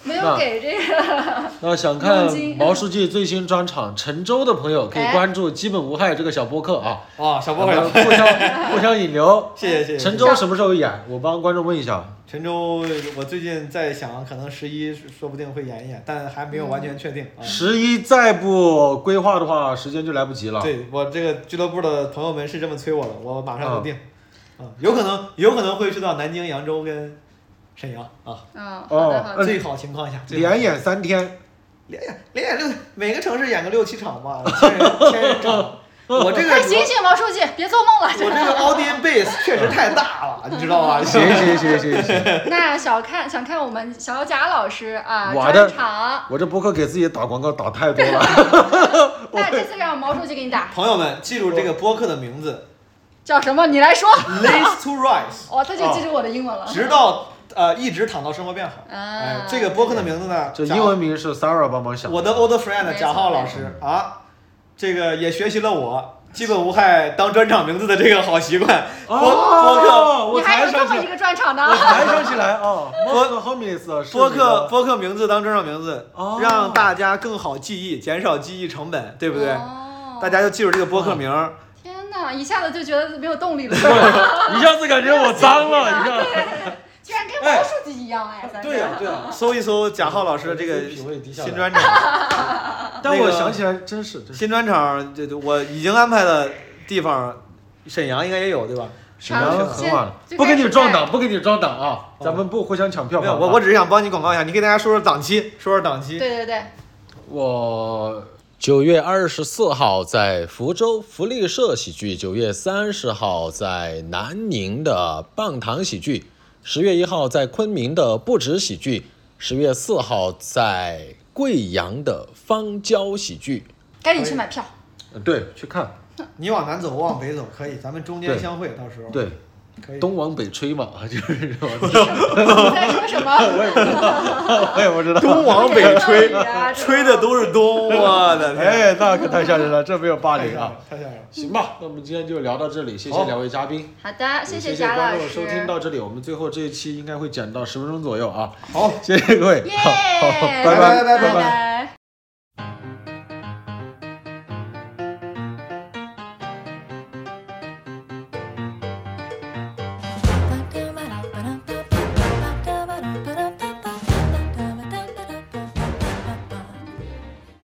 没那有给这个那想看佣金毛书记最新专场《陈州》的朋友，可以嗯哎关注“基本无害”这个小播客啊， 哦，小我波友们，互 相互相引流。谢谢谢谢。陈州什么时候演？我帮观众问一下。陈州，我最近在想，可能十一说不定会演一演，但还没有完全确定啊。十一再不规划的话，时间就来不及了。对我这个俱乐部的朋友们是这么催我的，我马嗯上就定。啊，有可能有可能会去到南京、扬州跟沈阳啊，嗯，好的好哦的，最好情况下。最好连演三天，连演连演六，每个城市演个六七场吧，千人千人场。我这个哎，醒醒，毛书记，别做梦我了。这个 audience base 确实太大了，你知道吧？行行行行行， 那小看想看我们小贾老师啊我的专 场， 我这播客给自己打广告打太多 了。那这次让毛书记给你打， 朋友们，记住这个播客的名字叫什么？你 来说。 Lace to Rise，哦，他就记住我的英文了。直到呃一直躺到生活变好。哎啊，，这个播客的名字呢，这贾英文名是 Sarah 帮忙想我的 old friend 没错贾浩老师啊，这个也学习了我基本无害当专场名字的这个好习惯。播播客哦，我你才还有这想么一起，个专哦场我呢？才想起来哦，播 h o m i e s 播客 播客名字当专场名字哦，让大家更好记忆，减少记忆成本，对对不对？哦、大家就记住这个播客名儿。天哪，一下子就觉得没有动力了，一下子感觉我 脏 了，你看。居然跟毛书记一样哎，咱对呀、对呀、搜一搜贾浩老师的哦这个品味低下来新专场，但啊那我个想起来，真是真是新专场，这这我已经安排的地方，沈阳应该也有对吧？沈阳长很先晚了，最不开跟你始撞在档，不跟你撞档啊！哦咱们不互相抢票没有，房啊。我我只是想帮你广告一下，你给大家说说档期，说说档期。对对对，我九月二十四号在福州福利社喜剧，九月三十号在南宁的棒糖喜剧，十月一号在昆明的不止喜剧，十月四号在贵阳的芳椒喜剧。赶紧去买票。呃对去看，你往南走，我往北走，可以，咱们中间对相会，到时候对可以。东往北吹嘛， 就是这种你在说 什么？我也不知道。东往北 吹啊，吹的都是东，我的 天！哎，那可太吓人了，这没有霸太吓凌人啊！了，哎太吓人了。 行吧，那我们今天就聊到这里，谢谢好两位嘉宾，好的，谢也谢贾观老众师，收听到这里，我们最后这一期应该会剪到十分钟左右啊，好。谢谢各位，耶，好，好，拜拜拜拜拜拜。